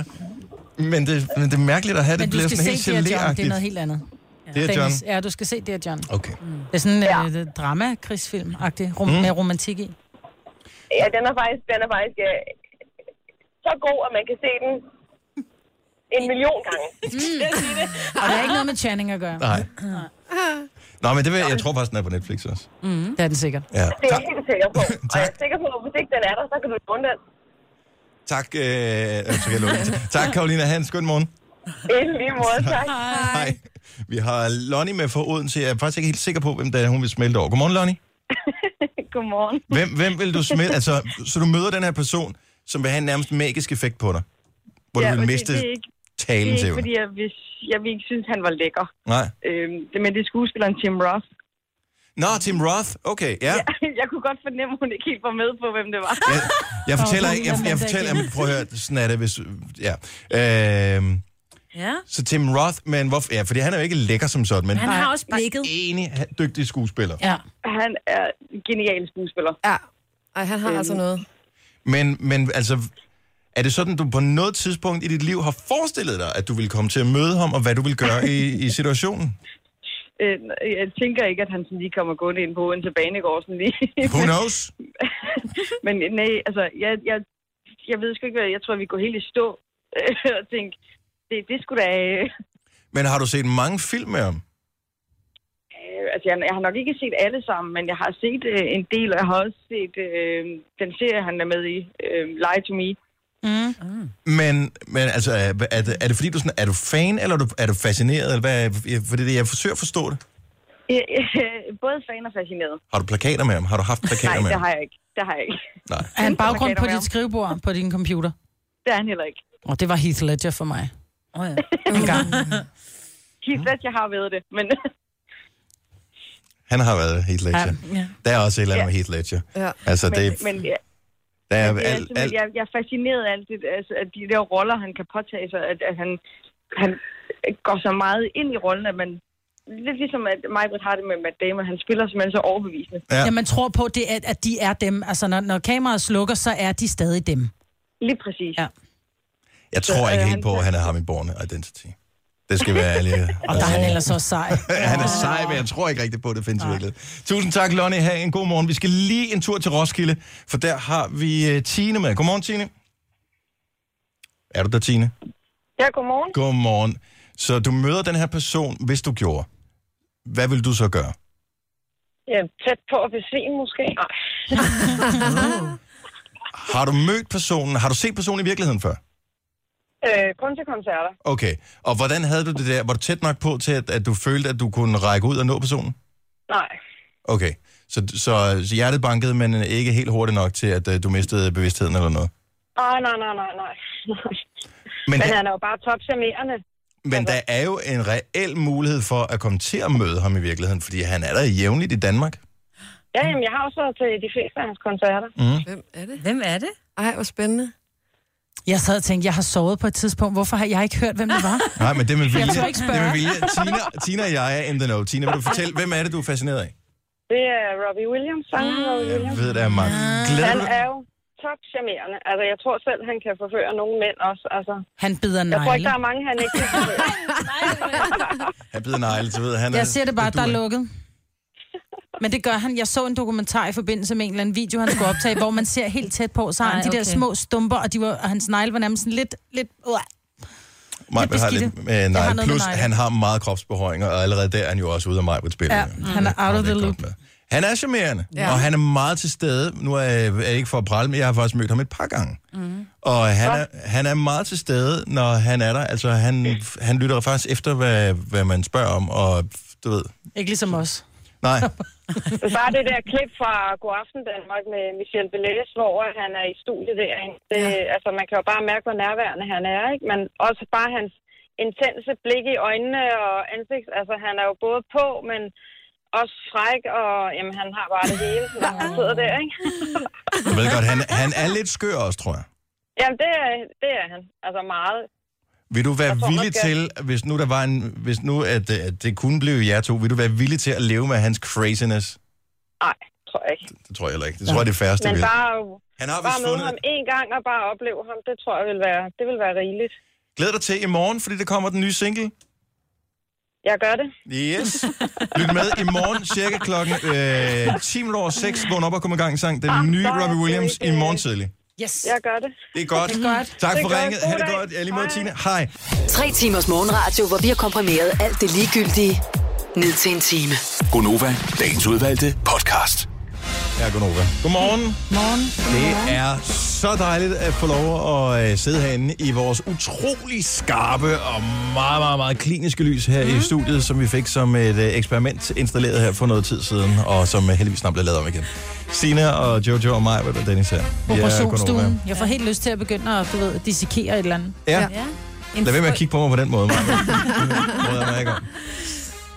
men, det, men det er mærkeligt at have det Men du bliver skal sådan helt se det John. Det er noget gelé-agtigt. helt andet. Det er John. Dennis, ja, du skal se det John. Okay. Det er sådan en øh, drama-krigsfilm-agtig, rom- Mm. med romantik i. øh, Ja, den er faktisk, den er faktisk øh, så god, at man kan se den en million gange. Og det er ikke noget med Channing at gøre. Nej. Nå, men det vil, jeg tror faktisk, den er på Netflix også. Det er den sikkert. Ja. Det er Tak, jeg helt sikker på. Og Tak. jeg er sikker på, at hvis ikke den er der, så kan du låne den. tak, øh, øh, så kan jeg lukke den. tak Karolina Hans. God morgen. En lige måde, tak. Hej. Vi har Lonnie med fra Odense. Jeg er faktisk ikke helt sikker på, hvem det er, hun vil smelte over. Godmorgen, Lonnie. Godmorgen. Hvem, hvem vil du smelte? Altså, så du møder den her person, som vil have en nærmest magisk effekt på dig. Hvor ja, du vil miste det er ikke, det talen er til ikke hende. fordi, jeg, hvis, jeg vil ikke synes, han var lækker. Nej. Øhm, det, men det er skuespilleren Tim Roth. Nå, Tim Roth. Okay, ja. ja. Jeg kunne godt fornemme, at hun ikke helt var med på, hvem det var. Jeg, jeg fortæller Åh, ikke, jeg, jeg, Linda fortæller, Mandel. jamen, prøv at høre, sådan er det, hvis, ja. Øhm, Ja. så Tim Roth, men hvorfor, ja, fordi han er jo ikke lækker som sådan, men Han han har også blikket. enig ha- dygtig skuespiller. Ja. Ja. Han er en genial skuespiller. Ja. Ej, han har Øhm. altså noget. Men, men altså, er det sådan, du på noget tidspunkt i dit liv har forestillet dig, at du ville komme til at møde ham, og hvad du ville gøre i, i situationen? Øh, jeg tænker ikke, at han sådan lige kommer gående ind på Odense Banegård sådan lige. Who knows? Men nej, altså, jeg, jeg, jeg ved sgu ikke, hvad jeg tror, vi går helt i stå øh, og tænke, det, det skulle da... Øh, Men har du set mange film med ham? øh, altså, jeg, jeg har nok ikke set alle sammen, men jeg har set øh, en del, og jeg har også set øh, den serie, han er med i, øh, Lie to Me. Men, men altså, er, er, det, er det fordi, du sådan, er du fan, eller er du, er du fascineret? Eller hvad, er- for det er det, jeg forsøger at forstå det. Øh, øh, Både fan og fascineret. Har du plakater med ham? Har du haft plakater Nej, med det ham? har jeg ikke. Det har jeg ikke. Nej. Er han baggrund på Plakater med dit skrivebord på din computer? Det er han heller ikke. Og det var Heath Ledger for mig. Oh, ja. En gang. Helt slet, jeg har været det, men Han har været Heath Ledger. Ja, ja. Der er også et eller andet med Heath Ledger. Ja. Altså, men, det, men ja, der er det er alt... simpelthen- Al, altså, jeg, jeg er fascineret af alt det, altså, at de der roller, han kan påtage sig, at, at han, han går så meget ind i rollen, at man lidt ligesom at Majbrit har det med Matt Damon, han spiller simpelthen så overbevisende. Ja. Ja. man tror på, det er, at de er dem. Altså, når, når kameraet slukker, så er de stadig dem. Lige præcis. Ja. jeg tror ikke øh, helt på, at han er ham i Borne Identity. Det skal være Altså- ærlig. Og der er han ellers også sej. han er sej, men jeg tror ikke rigtigt på, at det findes i virkeligheden. Tusind tak, Lonnie. Ha' en god morgen. Vi skal lige en tur til Roskilde, for der har vi øh, Tine med. Godmorgen, Tine. Er du der, Tine? Ja, godmorgen. Godmorgen. Så du møder den her person, hvis du gjorde. Hvad vil du så gøre? Ja, tæt på at besvime måske. Nej. Har du mødt personen? Har du set personen i virkeligheden før? Øh, kun til koncerter. Okay. Og hvordan havde du det der? Var du tæt nok på til, at, at du følte, at du kunne række ud og nå personen? Nej. Okay. Så, så, så hjertet bankede, men ikke helt hurtigt nok til, at øh, du mistede bevidstheden eller noget. Nej, Ah, nej, nej, nej, nej. Men, Men der, han er jo bare topcharmerende. men der er jo en reel mulighed for at komme til at møde ham i virkeligheden, fordi han er der jævnligt i Danmark. Ja, jamen, jeg har også været til de fleste af hans koncerter. Mm. Hvem er det? Hvem er det? Ej, hvor spændende. Jeg sad og tænkte, jeg har sovet på et tidspunkt. Hvorfor har jeg ikke hørt, hvem det var? Nej, men det med vilje. tør ikke Det med spørge. vilje. Tina, Tina og jeg er in the know. Tina, vil du fortælle, hvem er det, du er fascineret af? Det er Robbie Williams, sangeren Robbie Jeg Williams. ved, der er mange. Glæder Han du er jo topcharmerende. Altså, jeg tror selv, han kan forføre nogle mænd også. Altså, Han bider jeg tror negle. ikke, der er mange, han ikke kan forføre. Han bider negle, så ved han... Jeg ser det bare, at du der er lukket. Men det gør han. Jeg så en dokumentar i forbindelse med en eller anden video, han skulle optage, hvor man ser helt tæt på, så har han Ej, de der okay. små stumper, og, de var, og hans negle var nærmest sådan lidt... lidt uh, Maj, lidt har lidt, beskidte. øh, Jeg har nej, noget med plus negle. han har meget kropsbehøjninger, og allerede der er han jo også ude af mig på et spil. Ja, han Mm. er out of the loop. Han er charmerende, ja. Ja. og han er meget til stede. Nu er jeg er jeg ikke for at prale, men jeg har faktisk mødt ham et par gange. Mm. Og han er, han er meget til stede, når han er der. Altså, han, han lytter faktisk efter, hvad, hvad man spørger om, og du ved... Ikke ligesom os. Nej, Bare det der klip fra God Aften Danmark med Michel Belæs, hvor han er i studiet derinde. Det, ja. Altså, man kan jo bare mærke, hvor nærværende han er, ikke? Men også bare hans intense blik i øjnene og ansigt. Altså, han er jo både på, men også fræk, og jamen, han har bare det hele, når han sidder der, ikke? jeg ved godt, han, han er lidt skør også, tror jeg. Jamen, det er, det er han. Altså, meget. Vil du være Jeg tror, man villig skal- til, hvis nu, der var en, hvis nu at, øh, at det kunne blive jer to, vil du være villig til at leve med hans craziness? Nej, tror jeg ikke. Det tror jeg heller ikke. Det tror jeg, det er færreste Men vil. bare Han har Bare vist møde ham fundet... en gang og bare opleve ham, det tror jeg vil være, det vil være rigeligt. Glæder dig til i morgen, fordi det kommer den nye single. Jeg gør det. Yes. Lyt med i morgen cirka klokken øh, 10 minutter over 6. Vågn op og kom i gang sang. Den nye hvor er Robbie det Williams i ikke- morgen tidlig. Yes. Jeg gør det. Det er godt. Det er godt. Tak Det er for godt. ringet. God Ha' det dag. godt. Ja, lige måde, Hej. Tina. Hej. Tre timers morgenradio, hvor vi har komprimeret alt det ligegyldige ned til en time. Gonova, dagens udvalgte podcast. Ja, godnova. Godmorgen. Morgen. Det er så dejligt at få lov at øh, sidde herinde i vores utrolig skarpe og meget, meget, meget kliniske lys her Mhm. mm. i studiet, som vi fik som et øh, eksperiment installeret her for noget tid siden, og som øh, heldigvis snart bliver lavet om igen. Sina og Jojo og mig, hvad der Dennis her. Vi er Gonova. Operationsstuen. Jeg får helt lyst til at begynde at, du ved, dissekere et eller andet. Ja. Ja. Lad være med at kigge på mig på den måde, Maja. Det bryder jeg mig ikke om.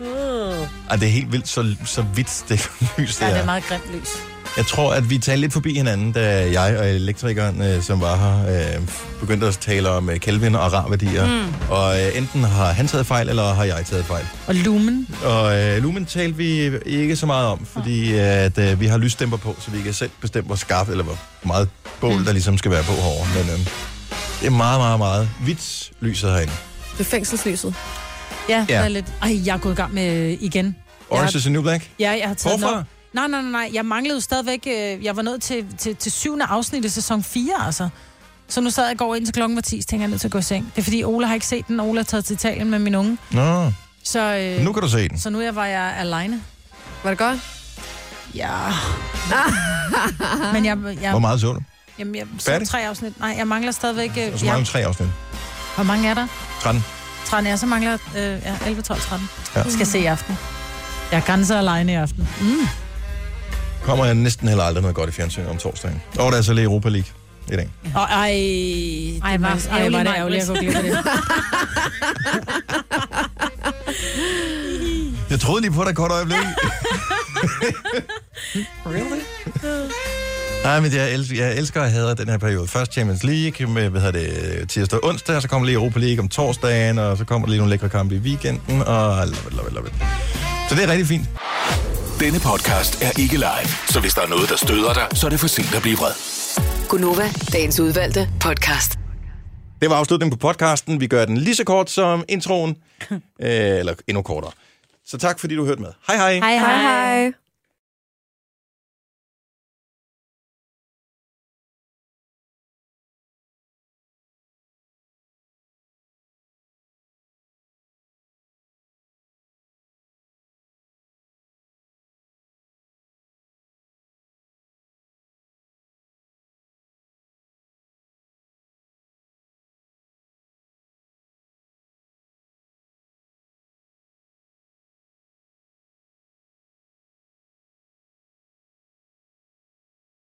Ej, det er helt vildt så, så vidt det lys, det Hmm. Ja, det her. er meget grimt lys. Jeg tror, at vi talte lidt forbi hinanden, da jeg og elektrikeren, øh, som var her, øh, begyndte at tale om øh, Kelvin og rarværdier. Hmm. Mm. Og øh, enten har han taget fejl, eller har jeg taget fejl. Og lumen. Og øh, lumen talte vi ikke så meget om, fordi øh, at, øh, vi har lysdæmper på, så vi kan selv bestemme, hvor skarpt eller hvor meget bål, Hmm. der ligesom skal være på herovre. Men øh, det er meget, meget, meget hvidt lyset herinde. Det er fængselslyset. Ja, Ja. ja. lidt... Ej, jeg er gået i gang med øh, igen. Orange Jeg- is the new black. Ja, jeg har taget Hvorfor? den op. Nej, nej, nej, nej. Jeg manglede jo stadigvæk... øh, Jeg var nået til, til, til syvende afsnit i sæson 4, altså. Så nu sad jeg går ind til klokken var 10, så tænker jeg er nødt til at gå i seng. Det er fordi, Ola har ikke set den. Ola er taget til Italien med min unge. Nå, Så, øh, nu kan du se den. så nu er jeg, var jeg alene. Var det godt? Ja. Men jeg, Hvor jeg, meget så du? jamen, jeg så Færdig? tre afsnit. Nej, jeg mangler stadigvæk... øh, Og så jeg, mange tre afsnit. hvor mange er der? 13. 13, ja, så mangler øh, ja, 11, 12, 13. Ja. Ja. Skal jeg se i aften. Jeg er ganske alene i aften. kommer jeg næsten heller aldrig noget godt i fjernsynet om torsdagen. Og der er så lige Europa League i dag. Og, ej, Ej, det hvor var- ej, var det ærgerligt, ærgerligt, jeg kunne glip af det. Jeg troede lige på dig et kort øjeblik. really? Nej, men jeg elsker, jeg elsker at have den her periode. Først Champions League med, hvad hedder det, tirsdag og onsdag, og så kommer lige Europa League om torsdagen, og så kommer der lige nogle lækre kampe i weekenden, og love it, love it, love it. Så det er rigtig fint. Denne podcast er ikke live, så hvis der er noget, der støder dig, så er det for sent at blive vred. Gunova, dagens udvalgte podcast. Det var afslutningen på podcasten. Vi gør den lige så kort som introen, øh, eller endnu kortere. Så tak fordi du hørte med. Hej hej. Hej, hej. hej.